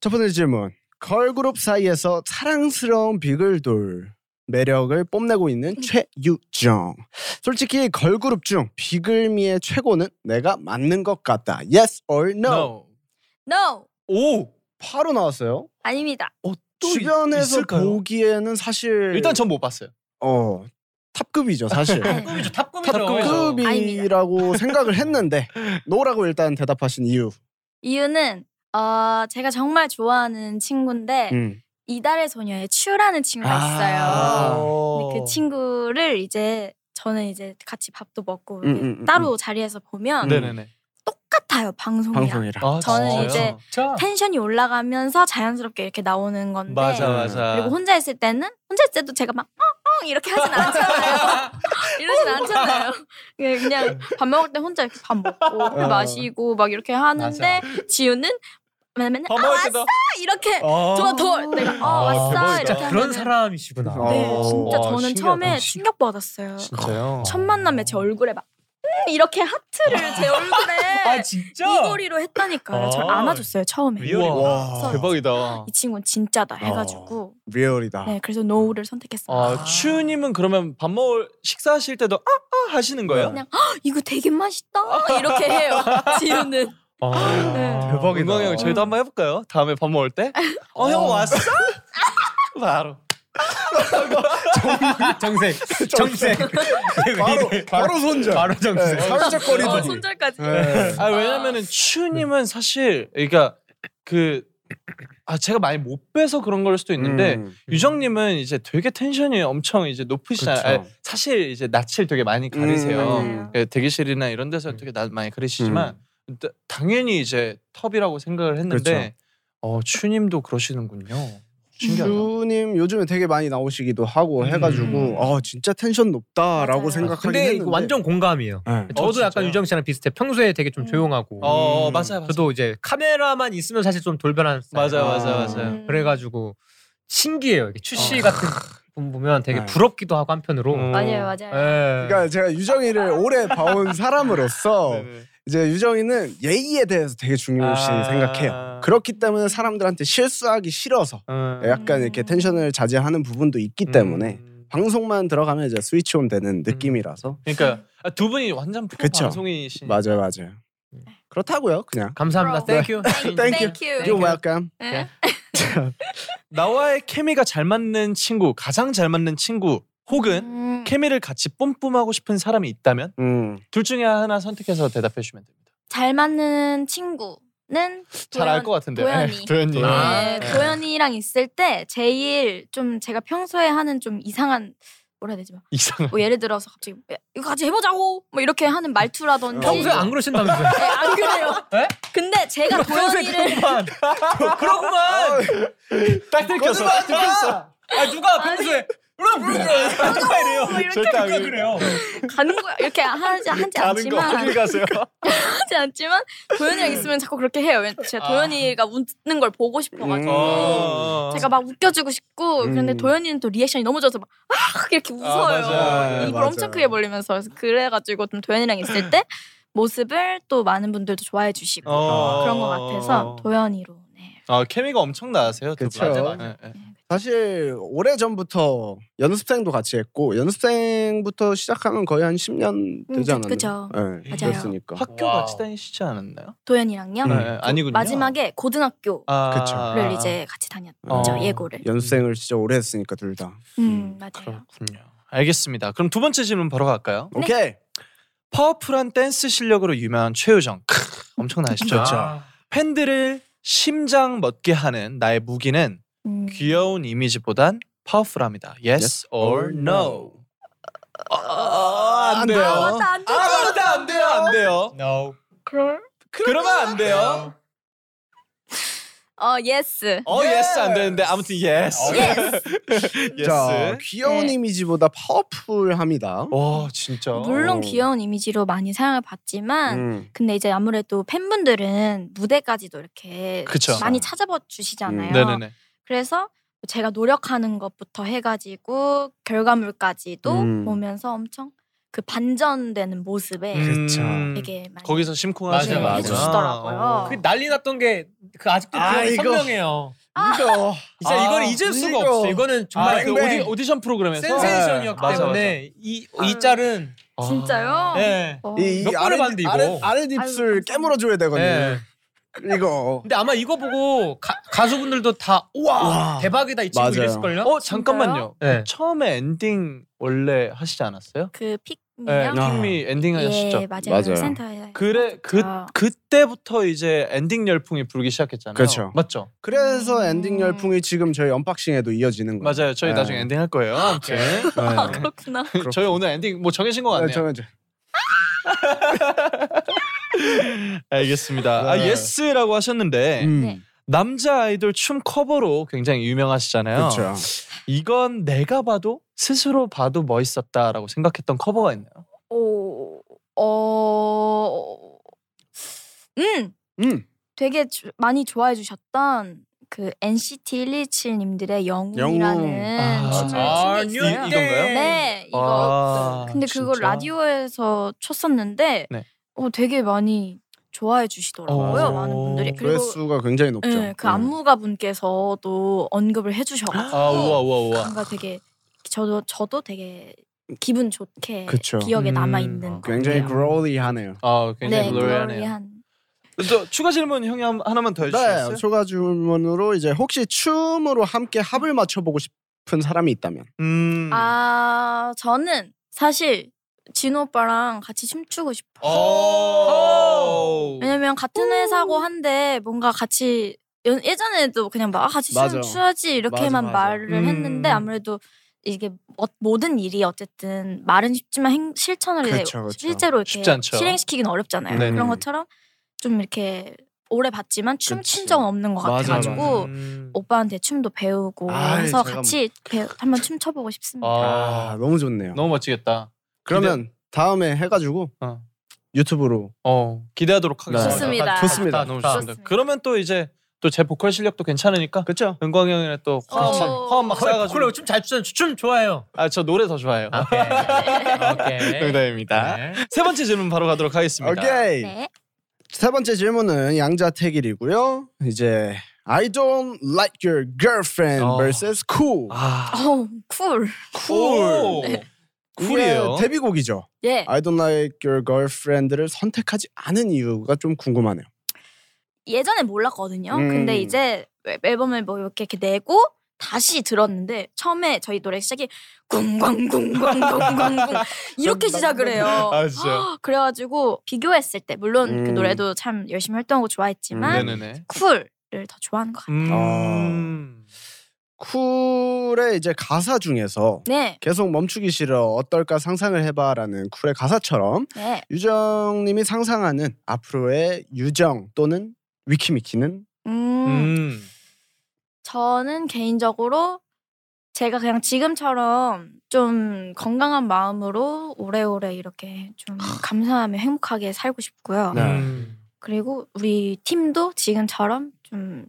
[SPEAKER 2] 첫 번째 질문. 걸그룹 사이에서 사랑스러운 비글돌 매력을 뽐내고 있는
[SPEAKER 4] 음.
[SPEAKER 2] 최유정. 솔직히 걸그룹 중 비글미의 최고는 내가 맞는 것 같다. Yes or no?
[SPEAKER 5] No.
[SPEAKER 1] 오!
[SPEAKER 2] 바로 나왔어요.
[SPEAKER 5] 아닙니다.
[SPEAKER 1] 또 있-
[SPEAKER 2] 주변에서 뭐
[SPEAKER 1] 있을까요?
[SPEAKER 2] 보기에는 사실
[SPEAKER 1] 일단 네. 전 못 봤어요
[SPEAKER 2] 어 탑급이죠 사실.
[SPEAKER 4] 네.
[SPEAKER 3] 탑급이죠. 탑급이죠. 네.
[SPEAKER 1] 탑급이죠.
[SPEAKER 2] 탑급이라고 생각을 했는데
[SPEAKER 4] 네.
[SPEAKER 2] 노라고 일단 대답하신 이유.
[SPEAKER 4] 이유는 어, 제가 정말 좋아하는 친구인데
[SPEAKER 2] 음.
[SPEAKER 4] 이달의 소녀의 츄라는 친구가 있어요.
[SPEAKER 2] 아.
[SPEAKER 4] 근데 그 친구를 이제 저는 이제 같이 밥도 먹고
[SPEAKER 2] 음, 음, 음,
[SPEAKER 4] 따로 자리에서 보면
[SPEAKER 1] 네네네
[SPEAKER 4] 똑같아요 방송이랑.
[SPEAKER 2] 방송이랑.
[SPEAKER 1] 아,
[SPEAKER 4] 네, 저는
[SPEAKER 1] 진짜요?
[SPEAKER 4] 이제 텐션이 올라가면서 자연스럽게 이렇게 나오는 건데
[SPEAKER 1] 맞아 맞아
[SPEAKER 4] 그리고 혼자 있을 때는 혼자 있을 때도 제가 막 엉엉 이렇게 하진 않잖아요. 이러진 않잖아요. 예, 그냥 밥 먹을 때 혼자 이렇게 밥 먹고 술
[SPEAKER 2] 어.
[SPEAKER 4] 마시고 막 이렇게 하는데 지우는 맨날 아
[SPEAKER 1] 버머지도.
[SPEAKER 4] 왔어 이렇게
[SPEAKER 1] 어.
[SPEAKER 4] 저돌 내가 아 왔어
[SPEAKER 3] 대박이다.
[SPEAKER 4] 이렇게
[SPEAKER 3] 그런
[SPEAKER 4] 하면은
[SPEAKER 3] 사람이시구나.
[SPEAKER 4] 네, 진짜
[SPEAKER 1] 와,
[SPEAKER 4] 저는
[SPEAKER 1] 어, 신기하다.
[SPEAKER 4] 처음에
[SPEAKER 1] 신-
[SPEAKER 4] 충격 받았어요.
[SPEAKER 1] 진짜요?
[SPEAKER 4] 첫 만남에 제 얼굴에 막 음, 이렇게 하트를 제 얼굴에
[SPEAKER 1] 아 진짜?
[SPEAKER 4] 이고리로 했다니까요. 저를
[SPEAKER 1] 아.
[SPEAKER 4] 안아줬어요 처음에.
[SPEAKER 1] 리얼이다.
[SPEAKER 2] 와.
[SPEAKER 1] 대박이다.
[SPEAKER 4] 이 친구는 진짜다 해가지고
[SPEAKER 2] 리얼이다.
[SPEAKER 4] 네 그래서 노우를 선택했어요.
[SPEAKER 1] 어. 아, 추우님은 그러면 밥 먹을 식사하실 때도 아, 아 하시는 거예요?
[SPEAKER 4] 그냥 "헉, 이거 되게 맛있다 이렇게 해요. 지우는
[SPEAKER 1] 아,
[SPEAKER 4] 네.
[SPEAKER 3] 대박이다.
[SPEAKER 1] 은광이 형 저희도 한번 해볼까요? 다음에 밥 먹을 때? 어 형 왔어? 바로.
[SPEAKER 3] 정색. 정색.
[SPEAKER 2] 바로 바로 손절.
[SPEAKER 3] 바로 정색.
[SPEAKER 2] 살짝
[SPEAKER 5] 어,
[SPEAKER 2] 거리두기.
[SPEAKER 5] 손절까지.
[SPEAKER 2] 네.
[SPEAKER 1] 아 왜냐면은 추우님은 사실 그러니까 그. 아 제가 많이 못 빼서 그런 걸 수도 있는데
[SPEAKER 2] 음.
[SPEAKER 1] 유정님은 이제 되게 텐션이 엄청 이제 높으시잖아요.
[SPEAKER 2] 그쵸.
[SPEAKER 1] 아, 사실 이제 낯을 되게 많이 가리세요.
[SPEAKER 2] 음.
[SPEAKER 1] 예, 대기실이나 이런 데서 되게 나, 많이 그러시지만 다- 당연히 이제 텁이라고 생각을 했는데 어 추님도 그러시는군요. 신기하다.
[SPEAKER 2] 음.
[SPEAKER 1] 음.
[SPEAKER 2] 주님 요즘에 되게 많이 나오시기도 하고 해가지고 아 진짜 텐션 높다라고
[SPEAKER 4] 맞아요.
[SPEAKER 2] 생각하긴
[SPEAKER 3] 근데
[SPEAKER 2] 했는데
[SPEAKER 3] 이거 완전 공감이에요.
[SPEAKER 2] 네.
[SPEAKER 3] 저도
[SPEAKER 1] 어,
[SPEAKER 3] 약간
[SPEAKER 1] 진짜요?
[SPEAKER 3] 유정 씨랑 비슷해. 평소에 되게
[SPEAKER 1] 음.
[SPEAKER 3] 좀 조용하고.
[SPEAKER 1] 어
[SPEAKER 2] 음.
[SPEAKER 1] 맞아요, 맞아요.
[SPEAKER 3] 저도 이제 카메라만 있으면 사실 좀 돌변하는 스타일.
[SPEAKER 1] 맞아요,
[SPEAKER 2] 아.
[SPEAKER 1] 맞아요, 맞아요.
[SPEAKER 5] 음.
[SPEAKER 3] 그래가지고 신기해요. 이게 추씨
[SPEAKER 1] 어.
[SPEAKER 3] 같은 분 보면 되게
[SPEAKER 2] 네.
[SPEAKER 3] 부럽기도 하고 한편으로.
[SPEAKER 1] 음.
[SPEAKER 4] 맞아요 맞아요.
[SPEAKER 3] 예.
[SPEAKER 2] 그러니까 제가 유정이를 오래 봐온 사람으로서
[SPEAKER 1] 네네.
[SPEAKER 2] 이제 유정이는 예의에 대해서 되게 중요시
[SPEAKER 1] 아.
[SPEAKER 2] 생각해요. 그렇기 때문에 사람들한테 실수하기 싫어서
[SPEAKER 3] 아.
[SPEAKER 1] 음.
[SPEAKER 2] 약간 이렇게 텐션을 자제하는 부분도 있기 때문에
[SPEAKER 1] 음.
[SPEAKER 2] 방송만 들어가면 이제 스위치 온 되는 느낌이라서
[SPEAKER 1] 그러니까 아, 두 분이 완전 프로
[SPEAKER 2] 그쵸.
[SPEAKER 1] 방송이신.
[SPEAKER 2] 맞아요 맞아요 그렇다고요 그냥 뭐
[SPEAKER 3] 감사합니다.
[SPEAKER 2] 네.
[SPEAKER 3] 땡큐.
[SPEAKER 2] 땡큐.
[SPEAKER 5] Thank
[SPEAKER 4] 그러니까
[SPEAKER 5] you.
[SPEAKER 2] You're welcome
[SPEAKER 5] 네.
[SPEAKER 1] 나와의 케미가 잘 맞는 친구, 가장 잘 맞는 친구 혹은
[SPEAKER 4] 음,
[SPEAKER 1] 케미를 같이 뿜뿜하고 싶은 사람이 있다면
[SPEAKER 2] 음.
[SPEAKER 1] 둘 중에 하나 선택해서 대답해 주시면 됩니다.
[SPEAKER 4] 잘 맞는 친구는
[SPEAKER 1] 잘 알 것 같은데.
[SPEAKER 4] 도연이.
[SPEAKER 1] 도현이.
[SPEAKER 4] 네, 도연이랑 있을 때 제일 좀 제가 평소에 하는 좀 이상한 뭐라 해야 되지 뭐
[SPEAKER 1] 이상한.
[SPEAKER 4] 예를 들어서 갑자기 야, 이거 같이 해보자고 뭐 이렇게 하는 말투라든지
[SPEAKER 3] 평소에 안 그러신다면서요?
[SPEAKER 4] 네, 안 그래요.
[SPEAKER 3] 네?
[SPEAKER 4] 근데 제가
[SPEAKER 3] 평소에
[SPEAKER 4] 도연이를
[SPEAKER 3] 그런만. 그런만.
[SPEAKER 1] 딱 들켰어. 딱 들켰어.
[SPEAKER 3] 아 누가 평소에 그럼 그래요. 누가 이래요?
[SPEAKER 1] 절대 안
[SPEAKER 3] 누가
[SPEAKER 1] 그래요.
[SPEAKER 3] 그래요?
[SPEAKER 4] 가는 거야 이렇게 하지 하지 않지만
[SPEAKER 1] 가세요.
[SPEAKER 4] 하지 않지만
[SPEAKER 1] 음.
[SPEAKER 4] 도연이랑 있으면 자꾸 그렇게 해요. 왜냐면
[SPEAKER 1] 아.
[SPEAKER 4] 제가 도연이가 웃는 걸 보고 싶어가지고
[SPEAKER 1] 어.
[SPEAKER 4] 제가 막 웃겨주고 싶고 그런데
[SPEAKER 2] 음.
[SPEAKER 4] 도연이는 또 리액션이 너무 좋아서 막 아! 이렇게 웃어요.
[SPEAKER 1] 맞아요.
[SPEAKER 4] 입을
[SPEAKER 2] 맞아요.
[SPEAKER 4] 엄청 크게 벌리면서 그래서 그래가지고 좀 도연이랑 있을 때 모습을 또 많은 분들도 좋아해 주시고
[SPEAKER 1] 어.
[SPEAKER 4] 그런 것 같아서 도연이로 네.
[SPEAKER 1] 아 케미가 엄청 나세요. 두
[SPEAKER 2] 그쵸.
[SPEAKER 1] 분.
[SPEAKER 2] 맞아요,
[SPEAKER 1] 예, 예.
[SPEAKER 2] 사실 오래 전부터 연습생도 같이 했고 연습생부터 시작하면 거의 한 10년
[SPEAKER 4] 음,
[SPEAKER 2] 되지
[SPEAKER 4] 그-
[SPEAKER 2] 않았나?
[SPEAKER 4] 그죠.
[SPEAKER 2] 네,
[SPEAKER 4] 맞아요.
[SPEAKER 2] 그랬으니까.
[SPEAKER 1] 학교
[SPEAKER 3] 와우.
[SPEAKER 1] 같이 다니시지 않았나요?
[SPEAKER 4] 도연이랑요.
[SPEAKER 1] 네, 네, 아니군요.
[SPEAKER 4] 마지막에 고등학교를
[SPEAKER 1] 아,
[SPEAKER 2] 그쵸.
[SPEAKER 4] 이제 같이 다녔죠
[SPEAKER 1] 어.
[SPEAKER 4] 예고를.
[SPEAKER 2] 연습생을 진짜 오래 했으니까 둘 다.
[SPEAKER 4] 음 맞아요.
[SPEAKER 1] 그렇군요. 알겠습니다. 그럼 두 번째 질문 바로 갈까요?
[SPEAKER 2] 네. 오케이.
[SPEAKER 1] 파워풀한 댄스 실력으로 유명한 최유정. 크, 엄청나시죠? 팬들을 심장 멎게 하는 나의 무기는
[SPEAKER 4] 음.
[SPEAKER 1] 귀여운 이미지보단 파워풀합니다. Yes, or no. 어, 안 돼요.
[SPEAKER 4] 아, 맞다, 안 돼요.
[SPEAKER 1] 아, 맞다, 안 돼요. 안 돼요.
[SPEAKER 3] No.
[SPEAKER 4] 그럴?
[SPEAKER 1] 그러면 안 돼요.
[SPEAKER 4] 어 예스.
[SPEAKER 1] 어, yes 안 되는데 아무튼 yes.
[SPEAKER 4] 예스.
[SPEAKER 2] 자,
[SPEAKER 1] 어, yes.
[SPEAKER 2] 어, 귀여운
[SPEAKER 4] 네.
[SPEAKER 2] 이미지보다 파워풀합니다.
[SPEAKER 1] 와, 어, 진짜.
[SPEAKER 4] 물론
[SPEAKER 2] 어.
[SPEAKER 4] 귀여운 이미지로 많이 사랑을 받지만
[SPEAKER 2] 음.
[SPEAKER 4] 근데 이제 아무래도 팬분들은 무대까지도 이렇게
[SPEAKER 1] 그쵸.
[SPEAKER 4] 많이 찾아봐 주시잖아요.
[SPEAKER 2] 음.
[SPEAKER 1] 네네네.
[SPEAKER 4] 그래서 제가 노력하는 것부터 해가지고 결과물까지도
[SPEAKER 2] 음.
[SPEAKER 4] 보면서 엄청 그 반전되는 모습에
[SPEAKER 2] 그쵸.
[SPEAKER 1] 음,
[SPEAKER 4] 되게 많이
[SPEAKER 1] 거기서 심쿵하시는
[SPEAKER 3] 맞아요, 맞아요.
[SPEAKER 4] 해주시더라고요.
[SPEAKER 1] 어.
[SPEAKER 3] 그 난리 났던 게 그 아직도
[SPEAKER 2] 아,
[SPEAKER 3] 기억이
[SPEAKER 2] 이거.
[SPEAKER 3] 선명해요.
[SPEAKER 2] 이거
[SPEAKER 3] 진짜
[SPEAKER 1] 아,
[SPEAKER 3] 이거를 잊을 수가
[SPEAKER 2] 이거.
[SPEAKER 3] 없어. 이거는 정말
[SPEAKER 1] 아,
[SPEAKER 3] 그
[SPEAKER 1] 그
[SPEAKER 2] 뱅뱅.
[SPEAKER 1] 오디, 오디션 프로그램에서
[SPEAKER 3] 센세이션이었기
[SPEAKER 1] 맞아,
[SPEAKER 3] 때문에 이, 이 짤은
[SPEAKER 1] 맞아.
[SPEAKER 4] 진짜요?
[SPEAKER 3] 예.
[SPEAKER 4] 어.
[SPEAKER 2] 이,
[SPEAKER 3] 몇 번을
[SPEAKER 2] 아랫-
[SPEAKER 3] 봤는데, 이거.
[SPEAKER 2] 아랫,
[SPEAKER 4] 아유,
[SPEAKER 2] 아랫입술
[SPEAKER 4] 감사합니다.
[SPEAKER 2] 깨물어 줘야 되거든요.
[SPEAKER 3] 예.
[SPEAKER 2] 이거.
[SPEAKER 3] 근데 아마 이거 보고 가, 가수분들도 다 우와,
[SPEAKER 2] 와.
[SPEAKER 3] 대박이다 이 친구
[SPEAKER 2] 맞아요.
[SPEAKER 3] 이랬을걸요?
[SPEAKER 1] 어, 잠깐만요.
[SPEAKER 4] 진짜요?
[SPEAKER 3] 네.
[SPEAKER 1] 처음에 엔딩 원래 하시지 않았어요?
[SPEAKER 4] 그 픽미요.
[SPEAKER 1] 네,
[SPEAKER 2] 아.
[SPEAKER 1] 킴이 엔딩 하셨죠.
[SPEAKER 4] 예, 맞아요. 그렇죠.
[SPEAKER 2] 맞아요.
[SPEAKER 4] 센터에.
[SPEAKER 1] 그래 그
[SPEAKER 4] 맞아요.
[SPEAKER 1] 그때부터 이제 엔딩 열풍이 불기 시작했잖아요.
[SPEAKER 2] 그렇죠.
[SPEAKER 1] 맞죠?
[SPEAKER 2] 그래서
[SPEAKER 4] 음.
[SPEAKER 2] 엔딩 열풍이 지금 저희 언박싱에도 이어지는 거예요.
[SPEAKER 1] 맞아요. 저희
[SPEAKER 2] 네.
[SPEAKER 1] 나중에 엔딩 할 거예요. 아무튼
[SPEAKER 4] 아,
[SPEAKER 2] 네.
[SPEAKER 4] 그렇구나.
[SPEAKER 1] 저희 오늘 엔딩 뭐 정해진 거 같네요.
[SPEAKER 2] 네, 저는 이제
[SPEAKER 1] 알겠습니다. 아
[SPEAKER 2] 네.
[SPEAKER 1] 예스라고 하셨는데
[SPEAKER 2] 음.
[SPEAKER 4] 네.
[SPEAKER 1] 남자 아이돌 춤 커버로 굉장히 유명하시잖아요.
[SPEAKER 2] 그렇죠.
[SPEAKER 1] 이건 내가 봐도 스스로 봐도 멋있었다라고 생각했던 커버가 있나요?
[SPEAKER 4] 오, 어, 음,
[SPEAKER 2] 음.
[SPEAKER 4] 되게 주- 많이 좋아해 주셨던 그 NCT 127님들의
[SPEAKER 3] 영웅.
[SPEAKER 4] 영웅이라는
[SPEAKER 3] 아,
[SPEAKER 4] 춤을
[SPEAKER 1] 아,
[SPEAKER 4] 춘게 있어요.
[SPEAKER 1] 뉴- 이건가요? 아,
[SPEAKER 4] 네, 이거. 근데 그걸 라디오에서 췄었는데
[SPEAKER 1] 네.
[SPEAKER 4] 어, 되게 많이 좋아해 주시더라고요.
[SPEAKER 1] 어.
[SPEAKER 4] 많은 분들이. 그리고
[SPEAKER 2] 조회수가 굉장히 높죠.
[SPEAKER 4] 네, 그 안무가 분께서도 언급을 해주셔가지고
[SPEAKER 1] 아 우와 우와 우와.
[SPEAKER 4] 뭔가 되게 저도 저도 되게 기분 좋게
[SPEAKER 2] 그쵸.
[SPEAKER 4] 기억에
[SPEAKER 1] 음.
[SPEAKER 4] 남아 있는
[SPEAKER 2] 굉장히 그로리하네요.
[SPEAKER 1] 아 굉장히
[SPEAKER 4] 네,
[SPEAKER 1] 글로리하네요. 음.
[SPEAKER 4] 글로리한
[SPEAKER 1] 또 추가 질문 형이 한- 하나만 더 해주시겠어요?
[SPEAKER 2] 네, 추가 질문으로 이제 혹시 춤으로 함께 합을 맞춰보고 싶은 사람이 있다면
[SPEAKER 1] 음.
[SPEAKER 4] 아 저는 사실 진호 오빠랑 같이 춤추고 싶어.
[SPEAKER 1] 오.
[SPEAKER 4] 왜냐면 같은 회사고 한데 뭔가 같이 연- 예전에도 그냥 막 아, 같이
[SPEAKER 2] 맞아.
[SPEAKER 4] 춤 추야지 이렇게만
[SPEAKER 2] 맞아, 맞아.
[SPEAKER 4] 말을
[SPEAKER 1] 음.
[SPEAKER 4] 했는데 아무래도 이게 어- 모든 일이 어쨌든 말은 쉽지만 행- 실천을
[SPEAKER 2] 그렇죠, 그쵸, 그쵸.
[SPEAKER 4] 실제로 이렇게
[SPEAKER 1] 쉽지 않죠.
[SPEAKER 4] 실행시키긴 어렵잖아요.
[SPEAKER 2] 네네.
[SPEAKER 4] 그런 것처럼 좀 이렇게 오래 봤지만
[SPEAKER 2] 그치.
[SPEAKER 4] 춤춘 적은 없는 것
[SPEAKER 2] 맞아,
[SPEAKER 4] 같아가지고
[SPEAKER 1] 음.
[SPEAKER 4] 오빠한테 춤도 배우고
[SPEAKER 2] 아이,
[SPEAKER 4] 해서
[SPEAKER 2] 제가
[SPEAKER 4] 같이 배- 한번 춤춰보고 싶습니다.
[SPEAKER 1] 아
[SPEAKER 2] 아 너무 좋네요.
[SPEAKER 1] 너무 멋지겠다.
[SPEAKER 2] 그러면 다음에 해가지고
[SPEAKER 1] 어.
[SPEAKER 2] 유튜브로
[SPEAKER 1] 어 기대하도록 하겠습니다.
[SPEAKER 4] 좋습니다.
[SPEAKER 1] 아,
[SPEAKER 2] 좋습니다.
[SPEAKER 1] 아, 너무 좋습니다.
[SPEAKER 4] 좋습니다.
[SPEAKER 1] 그러면 또 이제 또 제 보컬 실력도 괜찮으니까
[SPEAKER 2] 그렇죠.
[SPEAKER 1] 은광이 형이랑 또 화음 막
[SPEAKER 4] 어.
[SPEAKER 1] 화음 막 쌓아가지고
[SPEAKER 3] 그리고 춤잘 추잖아. 춤 좋아해요.
[SPEAKER 1] 아저 노래 더 좋아해요.
[SPEAKER 3] 오케이. 오케이.
[SPEAKER 1] 농담입니다.
[SPEAKER 3] 네.
[SPEAKER 1] 세 번째 질문 바로 가도록 하겠습니다.
[SPEAKER 2] 오케이.
[SPEAKER 4] 네.
[SPEAKER 2] 세 번째 질문은 양자택일이고요. 이제 I don't like your girlfriend
[SPEAKER 1] 어.
[SPEAKER 2] vs cool.
[SPEAKER 1] 아
[SPEAKER 4] 어, 쿨.
[SPEAKER 1] 쿨. 쿨이에요.
[SPEAKER 2] 이게 데뷔곡이죠.
[SPEAKER 4] 예.
[SPEAKER 2] I don't like your girlfriend를 선택하지 않은 이유가 좀 궁금하네요.
[SPEAKER 4] 예전에 몰랐거든요.
[SPEAKER 2] 음.
[SPEAKER 4] 근데 이제 앨- 앨범을 뭐 이렇게, 이렇게 내고 다시 들었는데 처음에 저희 노래 시작이 쿵쾅쿵쾅쿵쾅쿵 이렇게 시작을 해요.
[SPEAKER 1] 아 진짜.
[SPEAKER 4] 그래가지고 비교했을 때 물론 그
[SPEAKER 2] 음.
[SPEAKER 4] 노래도 참 열심히 활동하고 좋아했지만
[SPEAKER 2] 음.
[SPEAKER 1] 네네네.
[SPEAKER 4] 쿨을 더 좋아하는 것 같아요.
[SPEAKER 1] 음.
[SPEAKER 2] 쿨의 이제 가사 중에서
[SPEAKER 4] 네,
[SPEAKER 2] 계속 멈추기 싫어 어떨까 상상을 해봐라는 쿨의 가사처럼
[SPEAKER 4] 네.
[SPEAKER 2] 유정님이 상상하는 앞으로의 유정 또는 위키미키는
[SPEAKER 4] 음.
[SPEAKER 1] 음.
[SPEAKER 4] 저는 개인적으로 제가 그냥 지금처럼 좀 건강한 마음으로 오래오래 이렇게 좀 감사하며 행복하게 살고 싶고요.
[SPEAKER 2] 네.
[SPEAKER 1] 음.
[SPEAKER 4] 그리고 우리 팀도 지금처럼 좀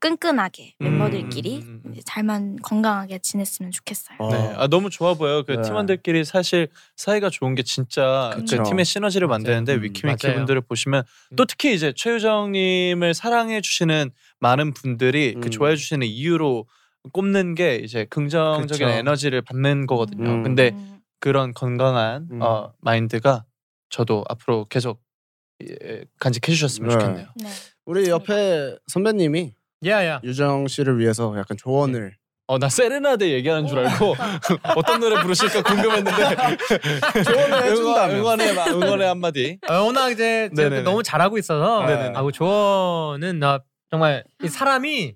[SPEAKER 4] 끈끈하게
[SPEAKER 1] 음,
[SPEAKER 4] 멤버들끼리
[SPEAKER 1] 음, 음.
[SPEAKER 4] 이제 잘만 건강하게 지냈으면 좋겠어요.
[SPEAKER 1] 네, 아, 너무 좋아 보여. 그
[SPEAKER 2] 네.
[SPEAKER 1] 팀원들끼리 사실 사이가 좋은 게 진짜 그
[SPEAKER 2] 그쵸.
[SPEAKER 1] 팀의 시너지를
[SPEAKER 3] 맞아요.
[SPEAKER 1] 만드는데
[SPEAKER 2] 음,
[SPEAKER 1] 위키미키
[SPEAKER 3] 맞아요.
[SPEAKER 1] 분들을 보시면 또 특히 이제 최유정님을 사랑해 주시는 많은 분들이 그
[SPEAKER 2] 음.
[SPEAKER 1] 좋아해 주시는 이유로 꼽는 게 이제 긍정적인
[SPEAKER 3] 그쵸.
[SPEAKER 1] 에너지를 받는 거거든요.
[SPEAKER 2] 음.
[SPEAKER 1] 근데
[SPEAKER 4] 음,
[SPEAKER 1] 그런 건강한
[SPEAKER 2] 음.
[SPEAKER 1] 어, 마인드가 저도 앞으로 계속 예, 간직해 주셨으면
[SPEAKER 2] 네.
[SPEAKER 1] 좋겠네요.
[SPEAKER 4] 네.
[SPEAKER 2] 우리 옆에 선배님이
[SPEAKER 3] 야야.
[SPEAKER 2] 유정 씨를 위해서 약간 조언을
[SPEAKER 1] 어, 나 세레나데 얘기하는 줄 알고 어떤 노래 부르실까 궁금했는데 조언을
[SPEAKER 2] 해준다며.
[SPEAKER 1] 응원의 마- 응원의 한마디.
[SPEAKER 3] 어, 워낙 이제 제가
[SPEAKER 1] 네네네.
[SPEAKER 3] 또 너무 잘하고 있어서
[SPEAKER 1] 네네네.
[SPEAKER 3] 아고 그 조언은 나 정말 이 사람이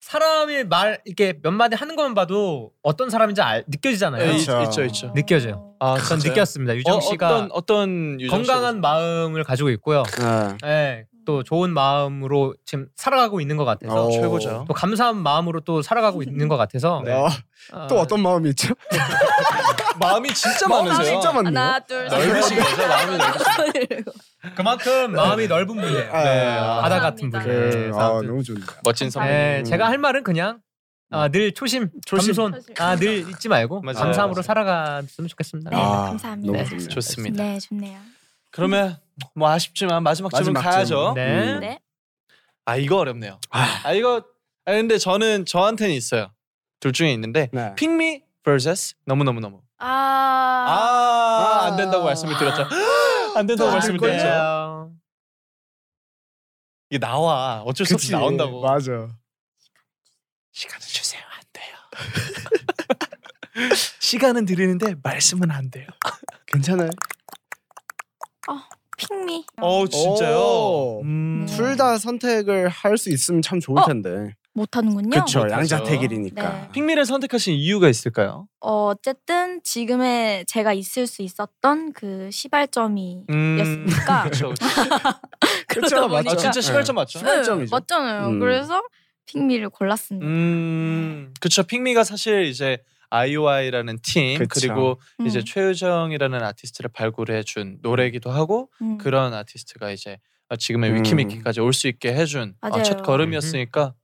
[SPEAKER 3] 사람이 말 이렇게 몇 마디 하는 것만 봐도 어떤 사람인지 알, 느껴지잖아요.
[SPEAKER 1] 네, 있,
[SPEAKER 2] 그렇죠.
[SPEAKER 1] 있죠 있죠.
[SPEAKER 3] 느껴져요.
[SPEAKER 1] 아,
[SPEAKER 3] 전
[SPEAKER 1] 진짜요?
[SPEAKER 3] 느꼈습니다. 유정
[SPEAKER 1] 어,
[SPEAKER 3] 씨가
[SPEAKER 1] 어떤 어떤 유정
[SPEAKER 3] 건강한 마음을 가지고 있고요.
[SPEAKER 2] 네.
[SPEAKER 3] 예, 또 좋은 마음으로 지금 살아가고 있는 것 같아서
[SPEAKER 2] 어.
[SPEAKER 1] 최고죠.
[SPEAKER 3] 또 감사한 마음으로 또 살아가고 있는 것 같아서
[SPEAKER 2] 어,
[SPEAKER 3] 아,
[SPEAKER 2] 또 어떤 마음이 있죠?
[SPEAKER 1] 마음이 진짜
[SPEAKER 2] 마음이
[SPEAKER 1] 많으세요.
[SPEAKER 2] 진짜 많네요.
[SPEAKER 4] 아, 하나, 둘, 셋.
[SPEAKER 1] 넓으신 거죠 마음이 넓으신.
[SPEAKER 3] 그만큼 마음이 넓은 분이에요.
[SPEAKER 2] 아,
[SPEAKER 1] 네.
[SPEAKER 2] 아,
[SPEAKER 3] 바다 같은
[SPEAKER 4] 감사합니다.
[SPEAKER 3] 분이에요.
[SPEAKER 2] 그,
[SPEAKER 3] 그래서
[SPEAKER 2] 아,
[SPEAKER 3] 아무튼
[SPEAKER 2] 너무 좋네요.
[SPEAKER 1] 멋진 선.
[SPEAKER 3] 네,
[SPEAKER 2] 음.
[SPEAKER 3] 제가 할 말은 그냥 아, 늘 초심,
[SPEAKER 2] 초심.
[SPEAKER 3] 겸손,
[SPEAKER 4] 초심.
[SPEAKER 3] 아, 늘 잊지 말고
[SPEAKER 1] 네. 맞아요.
[SPEAKER 3] 감사함으로
[SPEAKER 1] 맞아요.
[SPEAKER 3] 살아갔으면 좋겠습니다.
[SPEAKER 4] 네,
[SPEAKER 2] 아,
[SPEAKER 4] 감사합니다.
[SPEAKER 2] 너무 좋네요.
[SPEAKER 1] 좋습니다.
[SPEAKER 4] 네, 좋네요.
[SPEAKER 1] 그러면 뭐 아쉽지만 마지막 질문
[SPEAKER 2] 마지막
[SPEAKER 1] 가야죠.
[SPEAKER 2] 질문.
[SPEAKER 3] 네.
[SPEAKER 4] 네.
[SPEAKER 1] 아 이거 어렵네요.
[SPEAKER 2] 아,
[SPEAKER 1] 아 이거 아 근데 저는 저한테는 있어요. 둘 중에 있는데
[SPEAKER 2] 네.
[SPEAKER 1] 핑미 vs 너무 너무 너무.
[SPEAKER 4] 아,
[SPEAKER 1] 아 안 된다고 말씀을 드렸죠. 안 된다고 말씀을
[SPEAKER 3] 네.
[SPEAKER 1] 드렸죠. 이게 나와 어쩔 수 없이
[SPEAKER 2] 그치.
[SPEAKER 1] 나온다고.
[SPEAKER 2] 맞아.
[SPEAKER 1] 시간을 주세요. 안 돼요. 시간은 드리는데 말씀은 안 돼요.
[SPEAKER 2] 괜찮아요.
[SPEAKER 4] 핑미.
[SPEAKER 1] 어 진짜요?
[SPEAKER 2] 오.
[SPEAKER 1] 음.
[SPEAKER 2] 둘 다 선택을 할 수 있으면 참 좋을
[SPEAKER 4] 어.
[SPEAKER 2] 텐데.
[SPEAKER 4] 못하는군요. 네.
[SPEAKER 2] 그렇죠.
[SPEAKER 1] 못하죠.
[SPEAKER 2] 양자택일이니까.
[SPEAKER 1] 핑미를 선택하신 이유가 있을까요?
[SPEAKER 4] 어, 어쨌든 지금의 제가 있을 수 있었던 그 시발점이
[SPEAKER 1] 음.
[SPEAKER 4] 였으니까
[SPEAKER 1] 그쵸, 그쵸.
[SPEAKER 4] 그러다 보니까
[SPEAKER 1] 아 진짜 시발점 맞죠?
[SPEAKER 4] 네.
[SPEAKER 2] 시발점이죠.
[SPEAKER 4] 맞잖아요.
[SPEAKER 2] 음.
[SPEAKER 4] 그래서 핑미를 골랐습니다.
[SPEAKER 1] 음 그쵸. 핑미가 사실 이제 IOI라는 팀
[SPEAKER 2] 그쵸.
[SPEAKER 1] 그리고
[SPEAKER 4] 음.
[SPEAKER 1] 이제 최유정이라는 아티스트를 발굴해 준 노래이기도 하고
[SPEAKER 4] 음.
[SPEAKER 1] 그런 아티스트가 이제 아, 지금의
[SPEAKER 2] 음.
[SPEAKER 1] 위키미키까지 올 수 있게 해준 아,
[SPEAKER 4] 맞아요.
[SPEAKER 1] 첫 걸음이었으니까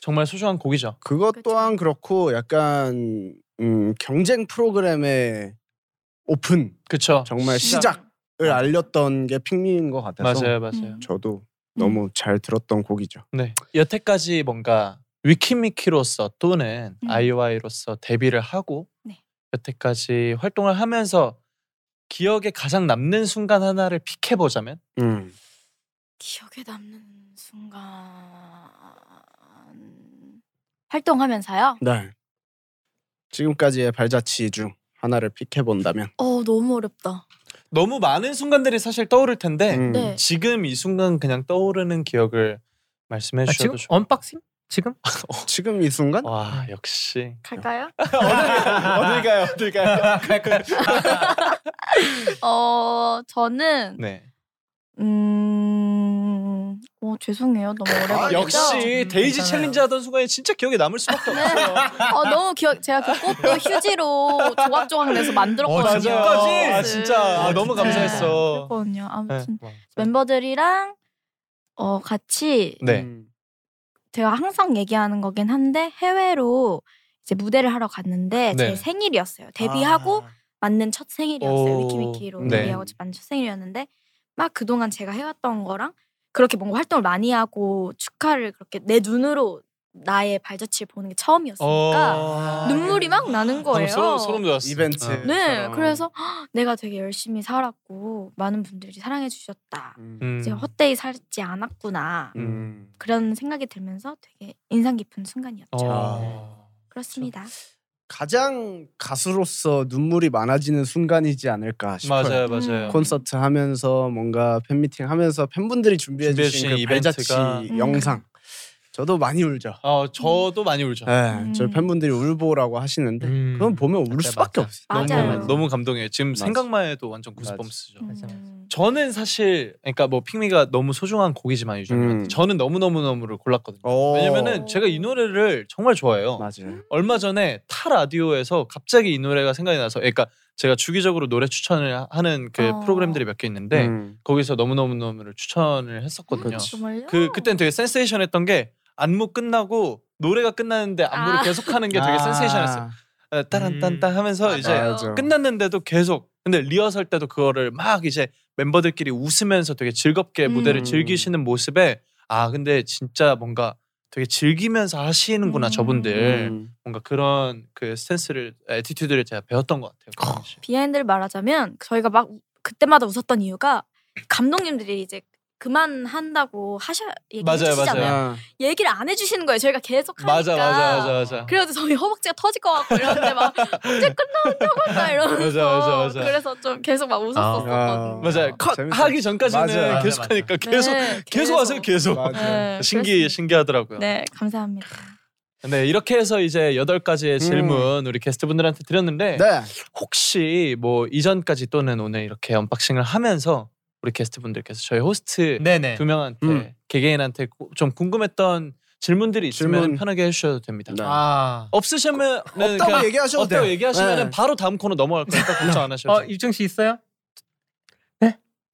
[SPEAKER 1] 정말 소중한 곡이죠.
[SPEAKER 2] 그것
[SPEAKER 4] 네. 그쵸.
[SPEAKER 2] 또한 그렇고
[SPEAKER 4] 그렇죠.
[SPEAKER 2] 약간 음, 경쟁 프로그램의 오픈
[SPEAKER 1] 그쵸?
[SPEAKER 2] 정말
[SPEAKER 1] 시작.
[SPEAKER 2] 시작을 알렸던 게 핑미인 것 같아서
[SPEAKER 1] 네. 맞아요, 맞아요.
[SPEAKER 4] 음.
[SPEAKER 2] 저도 너무 잘 들었던 곡이죠.
[SPEAKER 1] 네. 여태까지 뭔가 위키미키로서 또는
[SPEAKER 4] 음.
[SPEAKER 1] 아이오아이로서 데뷔를 하고
[SPEAKER 4] 네.
[SPEAKER 1] 여태까지 활동을 하면서 기억에 가장 남는 순간 하나를 픽해 보자면
[SPEAKER 2] 음.
[SPEAKER 4] 기억에 남는 순간 활동하면서요.
[SPEAKER 2] 네. 지금까지의 발자취 중 하나를 픽해 본다면
[SPEAKER 4] 어 너무 어렵다.
[SPEAKER 1] 너무 많은 순간들이 사실 떠오를 텐데
[SPEAKER 2] 음.
[SPEAKER 4] 네.
[SPEAKER 1] 지금 이 순간 그냥 떠오르는 기억을 말씀해
[SPEAKER 3] 아, 지금
[SPEAKER 1] 주셔도 좋
[SPEAKER 3] 언박싱? 지금?
[SPEAKER 2] 어, 지금 이 순간
[SPEAKER 1] 와 역시
[SPEAKER 4] 갈까요?
[SPEAKER 2] 어딜 가요? 어딜 가요?
[SPEAKER 4] 어 저는
[SPEAKER 1] 네
[SPEAKER 4] 음. 어 죄송해요. 너무 어려워.
[SPEAKER 1] 아, 역시 데이지 챌린지 하던 순간에 진짜 기억에 남을 수밖에
[SPEAKER 4] 음, 네.
[SPEAKER 1] 없어요
[SPEAKER 4] 어 너무 기억 제가 그 꽃도 휴지로 조각조각 내서 만들었거든요.
[SPEAKER 1] 맞아요. 아,
[SPEAKER 4] 네.
[SPEAKER 1] 진짜 아, 너무
[SPEAKER 4] 네.
[SPEAKER 1] 감사했어
[SPEAKER 4] 그랬거든요. 아무튼
[SPEAKER 1] 네.
[SPEAKER 4] 멤버들이랑 어 같이
[SPEAKER 1] 네
[SPEAKER 2] 음.
[SPEAKER 4] 제가 항상 얘기하는 거긴 한데 해외로 이제 무대를 하러 갔는데
[SPEAKER 1] 네. 아.
[SPEAKER 4] 제 생일이었어요. 데뷔하고 맞는 첫 생일이었어요.
[SPEAKER 1] 오,
[SPEAKER 4] 위키미키로
[SPEAKER 1] 네.
[SPEAKER 4] 데뷔하고 맞는 첫 생일이었는데 막 그동안 제가 해왔던 거랑 그렇게 뭔가 활동을 많이 하고 축하를 그렇게 내 눈으로 나의 발자취를 보는 게 처음이었으니까
[SPEAKER 1] 어.
[SPEAKER 4] 눈물이 막 나는 거예요.
[SPEAKER 1] 소름, 소름 돋았어
[SPEAKER 2] 이벤트.
[SPEAKER 1] 어.
[SPEAKER 4] 네,
[SPEAKER 2] 처럼.
[SPEAKER 4] 그래서 헉, 내가 되게 열심히 살았고 많은 분들이 사랑해 주셨다.
[SPEAKER 2] 음.
[SPEAKER 1] 음.
[SPEAKER 4] 제가 헛되이 살지 않았구나.
[SPEAKER 2] 음.
[SPEAKER 4] 그런 생각이 들면서 되게 인상 깊은 순간이었죠.
[SPEAKER 1] 어.
[SPEAKER 4] 그렇습니다.
[SPEAKER 2] 가장 가수로서 눈물이 많아지는 순간이지 않을까 싶어요.
[SPEAKER 1] 맞아요 맞아요
[SPEAKER 2] 콘서트 하면서 뭔가 팬미팅 하면서 팬분들이 준비해
[SPEAKER 1] 준비해
[SPEAKER 2] 주신 그
[SPEAKER 1] 주신
[SPEAKER 2] 발자취
[SPEAKER 4] 음.
[SPEAKER 1] 이벤트가-
[SPEAKER 2] 영상 저도 많이 울죠.
[SPEAKER 1] 어, 저도 많이 울죠 네.
[SPEAKER 2] 네,
[SPEAKER 4] 음.
[SPEAKER 2] 저희 팬분들이 울보라고 하시는데
[SPEAKER 3] 음.
[SPEAKER 2] 그건 보면 울
[SPEAKER 3] 맞아,
[SPEAKER 2] 수밖에
[SPEAKER 3] 맞아.
[SPEAKER 2] 없어요.
[SPEAKER 1] 너무
[SPEAKER 4] 맞아요.
[SPEAKER 1] 너무 감동해요 지금
[SPEAKER 2] 맞아.
[SPEAKER 1] 생각만 해도 완전
[SPEAKER 2] 맞아.
[SPEAKER 1] 구스범스죠
[SPEAKER 4] 음.
[SPEAKER 1] 저는 사실 그러니까 뭐 핑미가 너무 소중한 곡이지만 유정이한테
[SPEAKER 2] 음.
[SPEAKER 1] 저는 너무 너무 너무를 골랐거든요.
[SPEAKER 2] 어.
[SPEAKER 1] 왜냐면은 제가 이 노래를 정말 좋아해요.
[SPEAKER 2] 맞아요.
[SPEAKER 1] 얼마 전에 타 라디오에서 갑자기 이 노래가 생각이 나서 그러니까 제가 주기적으로 노래 추천을 하는 그
[SPEAKER 4] 어.
[SPEAKER 1] 프로그램들이 몇 개 있는데
[SPEAKER 2] 음.
[SPEAKER 1] 거기서 너무 너무 너무를 추천을 했었거든요.
[SPEAKER 2] 그치.
[SPEAKER 4] 정말요?
[SPEAKER 1] 그 그땐 되게 센세이션했던 게 안무 끝나고 노래가 끝나는데 안무를
[SPEAKER 4] 아.
[SPEAKER 1] 계속하는 게 되게
[SPEAKER 2] 아. 음.
[SPEAKER 1] 센세이션했어요. 어, 따란딴딴 하면서 이제
[SPEAKER 2] 맞아요.
[SPEAKER 1] 끝났는데도 계속 근데 리허설 때도 그거를 막 이제 멤버들끼리 웃으면서 되게 즐겁게
[SPEAKER 4] 음.
[SPEAKER 1] 무대를 즐기시는 모습에 아 근데 진짜 뭔가 되게 즐기면서 하시는구나
[SPEAKER 4] 음.
[SPEAKER 1] 저분들
[SPEAKER 2] 음.
[SPEAKER 1] 뭔가 그런 그 스탠스를 에티튜드를 제가 배웠던 것 같아요. 그 당시.
[SPEAKER 4] 비하인드를 말하자면 저희가 막 우- 그때마다 웃었던 이유가 감독님들이 이제 그만 한다고 하셔
[SPEAKER 1] 맞아요,
[SPEAKER 4] 얘기해주시잖아요.
[SPEAKER 1] 맞아요.
[SPEAKER 4] 얘기를 안 해주시는 거예요. 저희가 계속 하니까.
[SPEAKER 1] 맞아 맞아 맞아 맞아.
[SPEAKER 4] 그러니까. 그래도 저희 허벅지가 터질 것 같고 이러는데 막 이제 끝나고 끝나 이러면서
[SPEAKER 1] 맞아, 맞아, 맞아.
[SPEAKER 4] 그래서 좀 계속 막
[SPEAKER 2] 아.
[SPEAKER 4] 웃었었거든요.
[SPEAKER 1] 맞아요. 컷
[SPEAKER 2] 재밌어요.
[SPEAKER 1] 하기 전까지는
[SPEAKER 2] 맞아요, 맞아요,
[SPEAKER 1] 계속하니까 계속,
[SPEAKER 4] 네,
[SPEAKER 1] 계속 하세요 계속.
[SPEAKER 2] 맞아요.
[SPEAKER 4] 네,
[SPEAKER 1] 신기 신기하더라고요.
[SPEAKER 4] 그랬- 네 감사합니다.
[SPEAKER 1] 네 이렇게 해서 이제 여덟 가지의 질문 우리 게스트분들한테 드렸는데
[SPEAKER 2] 음. 네.
[SPEAKER 1] 혹시 뭐 이전까지 또는 오늘 이렇게 언박싱을 하면서 우리 게스트분들께서 저희 호스트
[SPEAKER 3] 네네.
[SPEAKER 1] 두 명한테
[SPEAKER 2] 음.
[SPEAKER 1] 개개인한테 고- 좀 궁금했던 질문들이 있으면
[SPEAKER 2] 질문.
[SPEAKER 1] 편하게 해주셔도 됩니다.
[SPEAKER 2] 네.
[SPEAKER 3] 아.
[SPEAKER 1] 없으시면
[SPEAKER 2] 없다고 얘기하셔도
[SPEAKER 1] 없다고
[SPEAKER 2] 돼요.
[SPEAKER 1] 얘기하시면
[SPEAKER 2] 네.
[SPEAKER 1] 은 바로 다음 코너 넘어갈 거니까 걱정 안 하셔도
[SPEAKER 3] 어,
[SPEAKER 1] 돼요.
[SPEAKER 3] 유정 씨 있어요?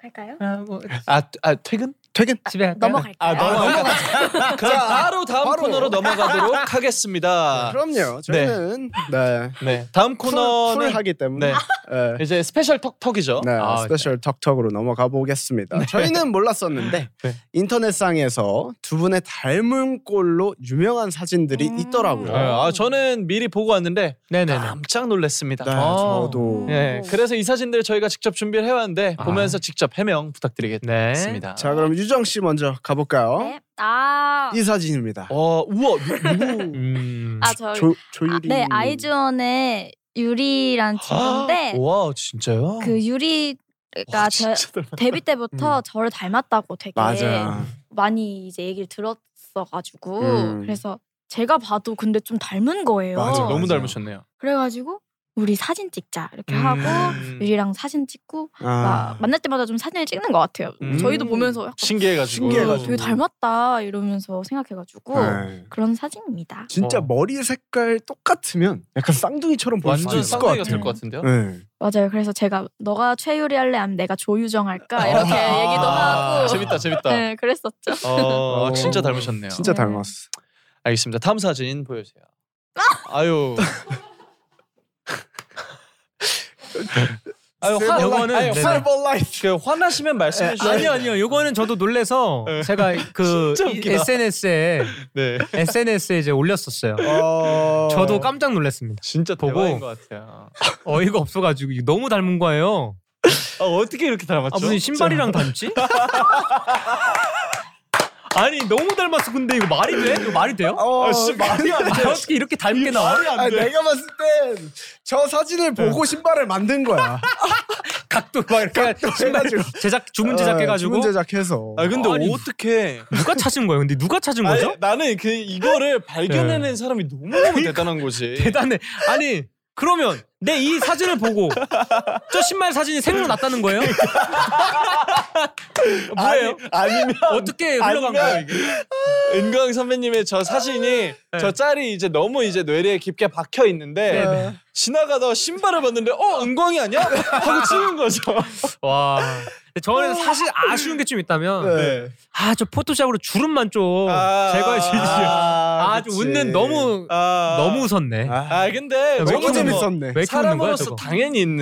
[SPEAKER 4] 할까요?
[SPEAKER 3] 아, 뭐,
[SPEAKER 1] 아, 아 퇴근?
[SPEAKER 2] 퇴근.
[SPEAKER 3] 집에 갈까요?
[SPEAKER 4] 네. 넘어갈게요.
[SPEAKER 1] 아 넘어가. 그럼
[SPEAKER 2] 자,
[SPEAKER 1] 바로 다음
[SPEAKER 2] 바로.
[SPEAKER 1] 코너로 넘어가도록 하겠습니다.
[SPEAKER 2] 그럼요. 저희는 네.
[SPEAKER 1] 아. 네 다음
[SPEAKER 2] 쿨-
[SPEAKER 1] 코너는
[SPEAKER 2] 쿨하기 때문에
[SPEAKER 1] 네.
[SPEAKER 2] 네.
[SPEAKER 1] 이제 스페셜 턱턱이죠.
[SPEAKER 2] 네,
[SPEAKER 3] 아,
[SPEAKER 2] 스페셜 턱턱으로 넘어가 보겠습니다. 저희는 몰랐었는데
[SPEAKER 1] 네.
[SPEAKER 2] 인터넷상에서 두 분의 닮은 꼴로 유명한 사진들이
[SPEAKER 4] 음.
[SPEAKER 2] 있더라고요.
[SPEAKER 1] 네, 아 저는 미리 보고 왔는데
[SPEAKER 3] 네네네.
[SPEAKER 1] 깜짝 놀랐습니다.
[SPEAKER 2] 네,
[SPEAKER 3] 어.
[SPEAKER 2] 저도
[SPEAKER 4] 네.
[SPEAKER 1] 예, 그래서 이 사진들을 저희가 직접 준비를 해왔는데
[SPEAKER 3] 아. 네.
[SPEAKER 1] 보면서 직접 해명 부탁드리겠습니다.
[SPEAKER 2] 자 그럼 유정 씨 먼저 가볼까요?
[SPEAKER 4] 네. 아,
[SPEAKER 2] 이 사진입니다.
[SPEAKER 1] 어, 우와, 누- 누구?
[SPEAKER 3] 음.
[SPEAKER 4] 아 저,
[SPEAKER 2] 조, 조유리.
[SPEAKER 4] 네 아이즈원의 유리란 친구인데
[SPEAKER 1] 와, 아, 진짜요? 아,
[SPEAKER 4] 그 유리가 저, 데뷔 때부터
[SPEAKER 1] 음.
[SPEAKER 4] 저를 닮았다고 되게
[SPEAKER 2] 맞아.
[SPEAKER 4] 많이 이제 얘기를 들었어가지고
[SPEAKER 2] 음.
[SPEAKER 4] 그래서 제가 봐도 근데 좀 닮은 거예요.
[SPEAKER 2] 맞아,
[SPEAKER 1] 너무
[SPEAKER 4] 어.
[SPEAKER 2] 맞아요.
[SPEAKER 1] 닮으셨네요.
[SPEAKER 4] 그래가지고 우리 사진 찍자 이렇게
[SPEAKER 1] 음.
[SPEAKER 4] 하고 유리랑 사진 찍고
[SPEAKER 2] 아.
[SPEAKER 4] 막 만날 때마다 좀 사진을 찍는 것 같아요.
[SPEAKER 1] 음.
[SPEAKER 4] 저희도 보면서 약간
[SPEAKER 1] 신기해가지고.
[SPEAKER 4] 어,
[SPEAKER 2] 신기해가지고.
[SPEAKER 4] 되게 닮았다 이러면서 생각해가지고
[SPEAKER 2] 네.
[SPEAKER 4] 그런 사진입니다.
[SPEAKER 2] 진짜
[SPEAKER 1] 어.
[SPEAKER 2] 머리 색깔 똑같으면 약간 쌍둥이처럼 보일 수도
[SPEAKER 1] 완전
[SPEAKER 2] 있을 것
[SPEAKER 1] 쌍둥이가
[SPEAKER 2] 같아요.
[SPEAKER 1] 될 것 같은데요?
[SPEAKER 2] 네.
[SPEAKER 4] 맞아요. 그래서 제가 너가 최유리 할래 아니면 내가 조유정 할까 이렇게
[SPEAKER 1] 아.
[SPEAKER 4] 얘기도 하고
[SPEAKER 1] 재밌다, 재밌다.
[SPEAKER 4] 네 그랬었죠.
[SPEAKER 1] 어,
[SPEAKER 2] 어.
[SPEAKER 1] 진짜 닮으셨네요.
[SPEAKER 2] 진짜
[SPEAKER 4] 네.
[SPEAKER 2] 닮았어.
[SPEAKER 1] 알겠습니다. 다음 사진 보여주세요. 아유. 아유, 화,
[SPEAKER 3] 요거는-
[SPEAKER 1] 아유,
[SPEAKER 3] 네네.
[SPEAKER 1] 화,
[SPEAKER 2] 라이트.
[SPEAKER 1] 그 화나시면 말씀해 주세요.
[SPEAKER 3] 아니요 아니요 요거는 저도 놀래서
[SPEAKER 1] 네.
[SPEAKER 3] 제가 그
[SPEAKER 1] 진짜 웃기다.
[SPEAKER 3] SNS에
[SPEAKER 1] 네.
[SPEAKER 3] SNS에 이제 올렸었어요.
[SPEAKER 1] 그,
[SPEAKER 3] 저도 깜짝 놀랐습니다.
[SPEAKER 1] 진짜
[SPEAKER 3] 보고.
[SPEAKER 1] 대박인 것 같아요.
[SPEAKER 3] 어이가 없어가지고 이게 너무 닮은 거예요.
[SPEAKER 1] 아, 어떻게 이렇게 닮았죠?
[SPEAKER 3] 아 무슨 신발이랑 닮지? 아니 너무 닮았어. 근데 이거 말이 돼? 이거 말이 돼요?
[SPEAKER 2] 어,
[SPEAKER 1] 아, 씨, 말이 안
[SPEAKER 3] 아,
[SPEAKER 1] 돼.
[SPEAKER 3] 어떻게 이렇게 닮게 나와?
[SPEAKER 1] 말이 안
[SPEAKER 2] 아니,
[SPEAKER 1] 돼.
[SPEAKER 2] 내가 봤을 땐 저 사진을
[SPEAKER 1] 네.
[SPEAKER 2] 보고 신발을 만든 거야.
[SPEAKER 3] 각도 막 이렇게 신발
[SPEAKER 2] 해가지고.
[SPEAKER 3] 제작 주문 제작해가지고
[SPEAKER 2] 주문 네, 제작해서.
[SPEAKER 1] 아 근데
[SPEAKER 3] 아니,
[SPEAKER 1] 어떻게?
[SPEAKER 3] 누가 찾은 거예요? 근데 누가 찾은 거죠?
[SPEAKER 1] 아니, 나는 그 이거를 발견해낸 사람이 너무너무 네. 그러니까. 대단한 거지.
[SPEAKER 3] 대단해. 아니 그러면 내 이 사진을 보고 저 신발 사진이 생각났다는 거예요? 뭐예요?
[SPEAKER 1] 아니면 아.
[SPEAKER 3] 어떻게 흘러간 거예요 이게? 네.
[SPEAKER 1] 은광 선배님의 저 사진이 저 짤이 이제 너무 이제 뇌리에 깊게 박혀 있는데
[SPEAKER 3] 네.
[SPEAKER 1] 지나가다가 신발을 봤는데 어 은광이 아니야? 하고 치는 거죠.
[SPEAKER 3] 와. 근데 저는 사실 아쉬운 게 좀
[SPEAKER 2] 네.
[SPEAKER 3] 있다면
[SPEAKER 1] 네.
[SPEAKER 3] 아 저 포토샵으로 주름만 좀 제거해 주시죠. 아, 좀
[SPEAKER 2] 그치.
[SPEAKER 3] 웃는 너무
[SPEAKER 1] 아.
[SPEAKER 3] 너무 웃었네.
[SPEAKER 2] 아,
[SPEAKER 1] 아 근데
[SPEAKER 3] 야, 왜
[SPEAKER 1] 저거는
[SPEAKER 2] 너무
[SPEAKER 3] 이렇게
[SPEAKER 1] 뭐
[SPEAKER 2] 재밌었네.
[SPEAKER 3] 왜 이렇게 웃는 거야
[SPEAKER 1] 사람으로서
[SPEAKER 3] 저거?
[SPEAKER 1] 당연히 있는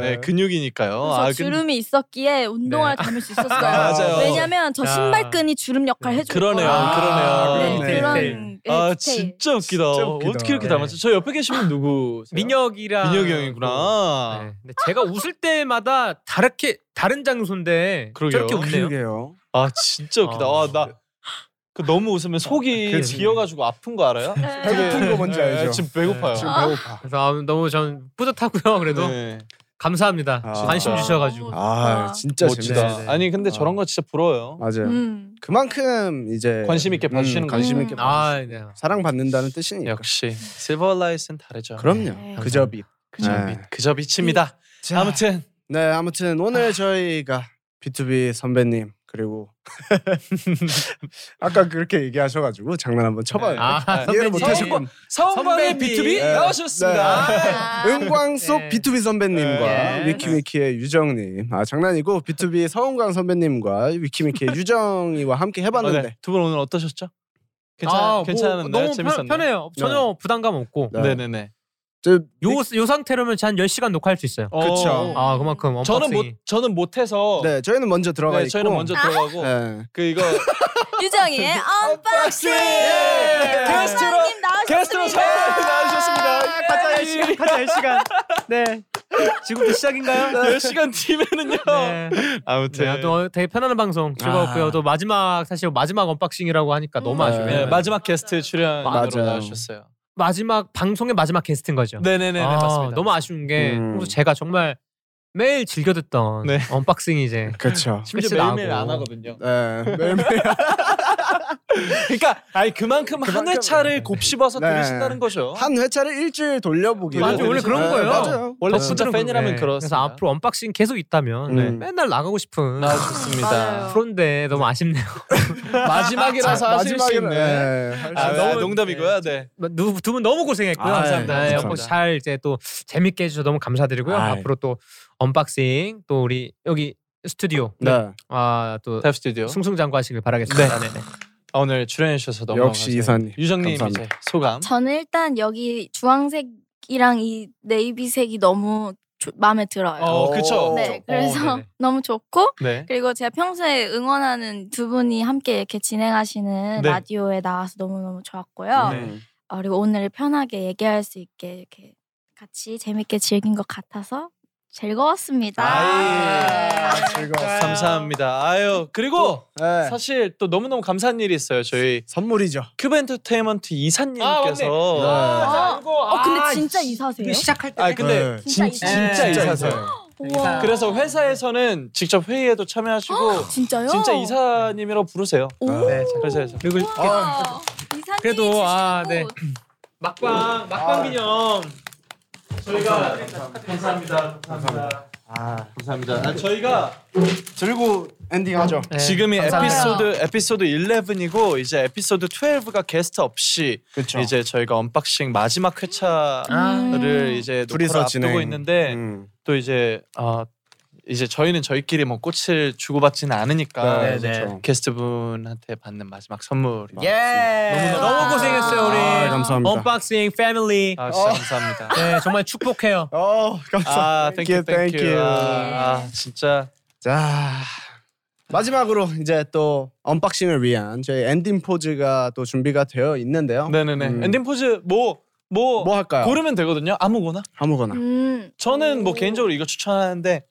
[SPEAKER 1] 네, 근육이니까요.
[SPEAKER 4] 그래서
[SPEAKER 1] 아, 근-
[SPEAKER 4] 주름이 있었기에 운동화를
[SPEAKER 3] 네.
[SPEAKER 4] 담을 수 있었어요.
[SPEAKER 1] 맞아요.
[SPEAKER 4] 왜냐면 저
[SPEAKER 3] 아.
[SPEAKER 4] 신발끈이 주름 역할 해줘요.
[SPEAKER 1] 그러네요, 그러네요.
[SPEAKER 4] 네, 그런
[SPEAKER 1] 아
[SPEAKER 4] 디테일.
[SPEAKER 1] 진짜 웃기다.
[SPEAKER 2] 진짜 웃기다.
[SPEAKER 1] 어떻게 이렇게
[SPEAKER 3] 네.
[SPEAKER 1] 닮았죠? 저 옆에 계신 분 누구?
[SPEAKER 3] 민혁이랑
[SPEAKER 1] 민혁이 형이구나.
[SPEAKER 3] 네. 근데 제가 웃을 때마다 다르게 다른 장소인데
[SPEAKER 1] 그러게요.
[SPEAKER 3] 저렇게 웃네요.
[SPEAKER 2] 그러게요.
[SPEAKER 1] 아 진짜 웃기다.
[SPEAKER 3] 아.
[SPEAKER 2] 네.
[SPEAKER 1] 아나 그 너무
[SPEAKER 2] 아,
[SPEAKER 1] 웃으면 속이
[SPEAKER 3] 그치.
[SPEAKER 1] 비어가지고 아픈 거 알아요?
[SPEAKER 2] 배고픈 거 뭔지
[SPEAKER 1] 네,
[SPEAKER 2] 알죠?
[SPEAKER 1] 지금 배고파요.
[SPEAKER 2] 지금 배고파.
[SPEAKER 3] 그래서 아, 너무 전 뿌듯하고요. 그래도
[SPEAKER 1] 네.
[SPEAKER 3] 감사합니다.
[SPEAKER 2] 아,
[SPEAKER 3] 관심
[SPEAKER 1] 진짜.
[SPEAKER 3] 주셔가지고.
[SPEAKER 2] 아,
[SPEAKER 4] 아,
[SPEAKER 2] 진짜
[SPEAKER 1] 멋지다.
[SPEAKER 2] 재밌다.
[SPEAKER 3] 재밌어요.
[SPEAKER 1] 아니 근데
[SPEAKER 2] 아.
[SPEAKER 1] 저런 거 진짜 부러워요.
[SPEAKER 2] 맞아요.
[SPEAKER 4] 음.
[SPEAKER 2] 그만큼 이제
[SPEAKER 1] 관심 있게 봐주시는
[SPEAKER 2] 관심
[SPEAKER 4] 거죠.
[SPEAKER 2] 있게
[SPEAKER 4] 음.
[SPEAKER 2] 봐.
[SPEAKER 3] 아, 네.
[SPEAKER 2] 사랑받는다는 뜻이니까.
[SPEAKER 1] 역시 실버라이트는 다르죠.
[SPEAKER 2] 네. 그럼요.
[SPEAKER 4] 네.
[SPEAKER 2] 그저 빛.
[SPEAKER 1] 그저
[SPEAKER 2] 네.
[SPEAKER 1] 빛, 그저 빛입니다.
[SPEAKER 2] 자,
[SPEAKER 1] 아무튼
[SPEAKER 2] 네, 아무튼 오늘 저희가 B2B 선배님 그리고 아까 그렇게 얘기하셔가지고 장난
[SPEAKER 1] 네.
[SPEAKER 2] 한번 쳐봐요.
[SPEAKER 3] 아,
[SPEAKER 2] 이해를
[SPEAKER 3] 선배님.
[SPEAKER 2] 못하시고
[SPEAKER 1] 서운방의
[SPEAKER 3] 선배님.
[SPEAKER 1] B2B
[SPEAKER 2] 네.
[SPEAKER 1] 나오셨습니다.
[SPEAKER 4] 아,
[SPEAKER 1] 음.
[SPEAKER 2] 은광 속
[SPEAKER 3] 네.
[SPEAKER 2] B2B 선배님과
[SPEAKER 3] 네.
[SPEAKER 2] 위키미키의 유정님 아 장난이고 B2B 서은광 선배님과 위키미키의 유정이와 함께
[SPEAKER 1] 아,
[SPEAKER 2] 해봤는데
[SPEAKER 1] 네. 두분 오늘 어떠셨죠? 괜찮
[SPEAKER 3] 아, 뭐
[SPEAKER 1] 괜찮은데
[SPEAKER 3] 너무
[SPEAKER 1] 재밌었나요?
[SPEAKER 3] 편, 해요 전혀 부담감 없고.
[SPEAKER 2] 네.
[SPEAKER 1] 네네네.
[SPEAKER 2] 저,
[SPEAKER 3] 요, 요 상태로면 한 10시간 녹화할 수 있어요.
[SPEAKER 2] 그쵸.
[SPEAKER 1] 어,
[SPEAKER 3] 아, 그만큼
[SPEAKER 1] 저는
[SPEAKER 3] 언박싱이.
[SPEAKER 1] 못 저는 못해서
[SPEAKER 2] 네 저희는 먼저 들어가
[SPEAKER 1] 네,
[SPEAKER 2] 있고
[SPEAKER 1] 저희는 먼저 들어가고
[SPEAKER 2] 네.
[SPEAKER 1] 그 이거
[SPEAKER 5] 유정이의 언박싱!
[SPEAKER 4] 네.
[SPEAKER 1] 예! 게스트로
[SPEAKER 5] 선생님 나오셨습니다.
[SPEAKER 1] 게스트로 사연
[SPEAKER 2] 아,
[SPEAKER 1] 나오셨습니다. 예.
[SPEAKER 3] 가자 10시간. 가자 10시간. 네. 지금부터 시작인가요?
[SPEAKER 1] 10시간 팀에는요.
[SPEAKER 3] 네.
[SPEAKER 1] 아무튼
[SPEAKER 3] 네, 또 되게 편안한 방송 즐거웠고요. 또 마지막 사실 뭐 마지막 언박싱이라고 하니까 너무
[SPEAKER 2] 음.
[SPEAKER 3] 아쉬워요.
[SPEAKER 1] 아. 네, 마지막 게스트 출연으로
[SPEAKER 2] 맞아요.
[SPEAKER 1] 나오셨어요.
[SPEAKER 3] 마지막 방송의 마지막 게스트인 거죠.
[SPEAKER 1] 네네네
[SPEAKER 3] 아,
[SPEAKER 1] 맞습니다.
[SPEAKER 3] 너무 아쉬운 게
[SPEAKER 2] 음.
[SPEAKER 3] 그래서 제가 정말 매일 즐겨 듣던
[SPEAKER 1] 네.
[SPEAKER 3] 언박싱이 이제
[SPEAKER 2] 그렇죠
[SPEAKER 1] 심지어
[SPEAKER 3] 끝이
[SPEAKER 1] 매일매일
[SPEAKER 3] 나고.
[SPEAKER 1] 안 하거든요.
[SPEAKER 2] 네 매일매일
[SPEAKER 1] 그러니까 아니 그만큼 한 회차를 곱씹어서
[SPEAKER 2] 네.
[SPEAKER 1] 들으신다는 거죠.
[SPEAKER 2] 한 회차를 일주일 돌려보기
[SPEAKER 1] 맞아요, 원래 그런 거예요.
[SPEAKER 2] 맞아요
[SPEAKER 1] 원래
[SPEAKER 3] 덕분에
[SPEAKER 1] 진짜
[SPEAKER 3] 그런-
[SPEAKER 1] 팬이라면
[SPEAKER 3] 네. 그래서
[SPEAKER 1] 그렇습니다.
[SPEAKER 3] 앞으로 언박싱 계속 있다면
[SPEAKER 2] 음.
[SPEAKER 3] 맨날 나가고 싶은
[SPEAKER 1] 나 좋습니다.
[SPEAKER 5] 맞아요.
[SPEAKER 3] 프로인데 너무 아쉽네요.
[SPEAKER 1] 마지막이라서 하실 수
[SPEAKER 2] 마지막에는
[SPEAKER 1] 있네.
[SPEAKER 2] 네, 할수
[SPEAKER 1] 아,
[SPEAKER 2] 있-
[SPEAKER 1] 너무 농담이고요. 네.
[SPEAKER 3] 뭐, 두 분 너무 고생했고요.
[SPEAKER 2] 아, 감사합니다.
[SPEAKER 3] 네,
[SPEAKER 1] 감사합니다.
[SPEAKER 3] 뭐, 잘 이제 또 재밌게 해주셔서 너무 감사드리고요.
[SPEAKER 2] 아이.
[SPEAKER 3] 앞으로 또 언박싱 또 우리 여기 스튜디오
[SPEAKER 2] 네.
[SPEAKER 3] 아또
[SPEAKER 1] 탭 스튜디오.
[SPEAKER 3] 승승장구하시길 바라겠습니다. 네. 네.
[SPEAKER 1] 아, 오늘 출연해 주셔서 너무
[SPEAKER 2] 역시
[SPEAKER 1] 감사해요.
[SPEAKER 2] 이사님.
[SPEAKER 1] 유정님 이제
[SPEAKER 2] 감사합니다.
[SPEAKER 1] 소감.
[SPEAKER 4] 저는 일단 여기 주황색이랑 이 네이비색이 너무 조- 마음에 들어요.
[SPEAKER 1] 어, 그쵸.
[SPEAKER 4] 네,
[SPEAKER 3] 어,
[SPEAKER 4] 그래서
[SPEAKER 3] 네네.
[SPEAKER 4] 너무 좋고
[SPEAKER 1] 네.
[SPEAKER 4] 그리고 제가 평소에 응원하는 두 분이 함께 이렇게 진행하시는
[SPEAKER 1] 네.
[SPEAKER 4] 라디오에 나와서 너무너무
[SPEAKER 2] 아,
[SPEAKER 4] 좋았고요.
[SPEAKER 1] 네.
[SPEAKER 4] 어, 그리고 오늘 편하게 얘기할 수 있게 이렇게 같이 재밌게 즐긴 것 같아서 즐거웠습니다.
[SPEAKER 2] 아,
[SPEAKER 1] 아이. 예.
[SPEAKER 4] 네.
[SPEAKER 2] 즐거웠어요
[SPEAKER 1] 감사합니다. 아유 그리고
[SPEAKER 2] 네.
[SPEAKER 1] 사실 또 너무너무 감사한 일이 있어요. 저희
[SPEAKER 2] 선물이죠
[SPEAKER 1] 큐브 엔터테인먼트 이사님께서
[SPEAKER 4] 아,
[SPEAKER 3] 아,
[SPEAKER 4] 어, 근데 진짜 이사세요?
[SPEAKER 3] 시작할
[SPEAKER 1] 아 근데
[SPEAKER 2] 네.
[SPEAKER 1] 진,
[SPEAKER 4] 진짜
[SPEAKER 1] 진짜
[SPEAKER 3] 이사세요.
[SPEAKER 1] 이사세요.
[SPEAKER 4] 우와.
[SPEAKER 1] 그래서 회사에서는 직접 회의에도
[SPEAKER 3] 아,
[SPEAKER 1] 참여하시고
[SPEAKER 4] 어, 진짜요?
[SPEAKER 1] 어, 진짜 이사님이라고 부르세요.
[SPEAKER 4] 오.
[SPEAKER 3] 네,
[SPEAKER 1] 회사에서.
[SPEAKER 3] 그리고
[SPEAKER 2] 아,
[SPEAKER 3] 이렇게
[SPEAKER 4] 와. 이사님
[SPEAKER 1] 아,
[SPEAKER 3] 그래도,
[SPEAKER 1] 네.
[SPEAKER 4] 주시는
[SPEAKER 3] 아,
[SPEAKER 4] 꽃.
[SPEAKER 3] 네. 막방 막방 기념
[SPEAKER 1] 저희가 감사합니다. 감사합니다. 아, 감사합니다. 아, 저희가
[SPEAKER 2] 들고 엔딩하죠.
[SPEAKER 1] 지금이
[SPEAKER 3] 감사합니다.
[SPEAKER 1] 네, 에피소드 에피소드 11이고 이제 에피소드 12가 게스트 없이
[SPEAKER 2] 그쵸.
[SPEAKER 1] 이제 저희가 언박싱 마지막 회차를
[SPEAKER 3] 음.
[SPEAKER 1] 이제
[SPEAKER 2] 둘이서
[SPEAKER 1] 녹화를
[SPEAKER 2] 진행.
[SPEAKER 1] 앞두고 있는데
[SPEAKER 2] 음.
[SPEAKER 1] 또 이제 아 이제 저희는 저희끼리 뭐 꽃을 주고받지는 않으니까
[SPEAKER 2] 네,
[SPEAKER 1] 이제
[SPEAKER 2] 그렇죠.
[SPEAKER 1] 게스트분한테 받는 마지막 선물.
[SPEAKER 3] 예. 너무 너무 고생했어요 우리.
[SPEAKER 2] 네. 아, 감사합니다.
[SPEAKER 3] 언박싱 패밀리.
[SPEAKER 1] 아 진짜 감사합니다.
[SPEAKER 3] 네 정말 축복해요.
[SPEAKER 2] 어, 감사합니다.
[SPEAKER 1] 아, 땡큐
[SPEAKER 2] Thank you, thank
[SPEAKER 1] 땡큐.
[SPEAKER 2] you.
[SPEAKER 1] 아, 아, 진짜
[SPEAKER 2] 자 마지막으로 이제 또 언박싱을 위한 저희 엔딩 포즈가 또 준비가 되어 있는데요.
[SPEAKER 1] 네네네.
[SPEAKER 2] 음.
[SPEAKER 1] 엔딩 포즈 뭐 뭐,
[SPEAKER 2] 뭐 할까요?
[SPEAKER 1] 고르면 되거든요. 아무거나.
[SPEAKER 2] 아무거나.
[SPEAKER 4] 음.
[SPEAKER 1] 저는 뭐 개인적으로 이거 추천하는데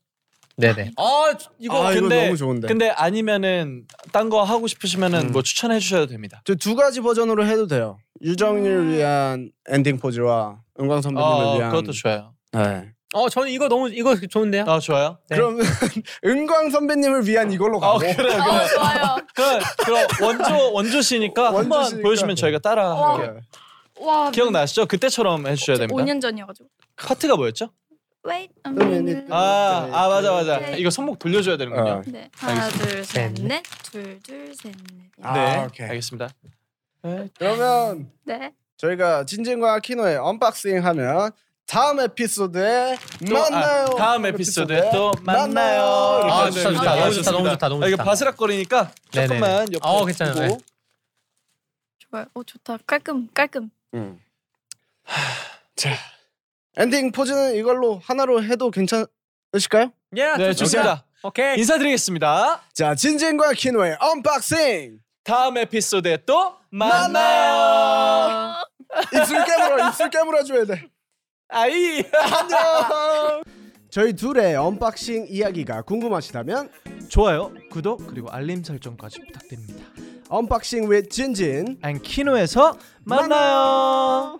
[SPEAKER 3] 네네. 아 이거
[SPEAKER 2] 아 이거
[SPEAKER 1] 근데-
[SPEAKER 2] 너무 좋은데. 음.
[SPEAKER 1] 근데 아니면은 딴 거 하고 싶으시면은 뭐 추천해 주셔도 됩니다.
[SPEAKER 2] 저 두 가지 버전으로 해도 돼요. 유정이를 위한 엔딩 포즈와 은광 선배님을
[SPEAKER 1] 어,
[SPEAKER 2] 위한.
[SPEAKER 1] 그것도 좋아요.
[SPEAKER 2] 네.
[SPEAKER 3] 어 저는 이거 너무 이거 좋은데요.
[SPEAKER 1] 아, 좋아요.
[SPEAKER 2] 그럼 은광 선배님을 위한 이걸로
[SPEAKER 1] 아,
[SPEAKER 2] 가고.
[SPEAKER 1] 그래. 그래.
[SPEAKER 5] 어, 좋아요.
[SPEAKER 1] 그럼 그럼 원조 원조시니까 한번
[SPEAKER 2] 원조시니까.
[SPEAKER 1] 보여주시면 저희가 따라 할게요.
[SPEAKER 3] 어.
[SPEAKER 2] 네.
[SPEAKER 4] 와.
[SPEAKER 1] 기억나시죠? 그때처럼 해 주셔야 됩니다.
[SPEAKER 4] 5년 전이어가지고.
[SPEAKER 1] 파트가 뭐였죠?
[SPEAKER 4] Wait a
[SPEAKER 2] minute.
[SPEAKER 4] minute.
[SPEAKER 1] 아, 아 맞아 맞아.
[SPEAKER 4] 네.
[SPEAKER 1] 이거 손목 돌려줘야 되는군요.
[SPEAKER 2] 어.
[SPEAKER 4] 네. 하나 둘 셋
[SPEAKER 3] 넷.
[SPEAKER 4] 넷. 둘 둘 셋 넷.
[SPEAKER 2] 아,
[SPEAKER 1] 네,
[SPEAKER 2] 오케이.
[SPEAKER 1] 알겠습니다.
[SPEAKER 2] 그러면
[SPEAKER 4] 네.
[SPEAKER 2] 저희가 진진과 키노의 언박싱 하면 다음 에피소드에
[SPEAKER 1] 또, 아,
[SPEAKER 2] 만나요.
[SPEAKER 1] 다음 에피소드에 또 만나요.
[SPEAKER 2] 만나요.
[SPEAKER 3] 아,
[SPEAKER 1] 이렇게
[SPEAKER 3] 좋다,
[SPEAKER 1] 하면 됩니다.
[SPEAKER 3] 좋다. 너무 좋다, 너무 좋다, 너무
[SPEAKER 1] 아, 이거
[SPEAKER 3] 좋다.
[SPEAKER 1] 바스락거리니까
[SPEAKER 3] 네네.
[SPEAKER 1] 조금만 옆에
[SPEAKER 3] 어, 괜찮아요.
[SPEAKER 1] 두고.
[SPEAKER 4] 좋아요. 어 좋다. 깔끔 깔끔.
[SPEAKER 2] 음. 자 엔딩 포즈는 이걸로 하나로 해도 괜찮으실까요?
[SPEAKER 3] 예.
[SPEAKER 1] 네, 좋습니다.
[SPEAKER 3] 오케이.
[SPEAKER 1] 인사드리겠습니다.
[SPEAKER 2] 자 진진과 키노의 언박싱
[SPEAKER 1] 다음 에피소드에 또 만나요.
[SPEAKER 2] 입술 깨물어 입술 깨물어 줘야 돼.
[SPEAKER 1] 아이.
[SPEAKER 2] 저희 둘의 언박싱 이야기가 궁금하시다면
[SPEAKER 1] 좋아요, 구독 그리고 알림 설정까지 부탁드립니다.
[SPEAKER 2] 언박싱 with 진진
[SPEAKER 1] 안 키노에서 만나요.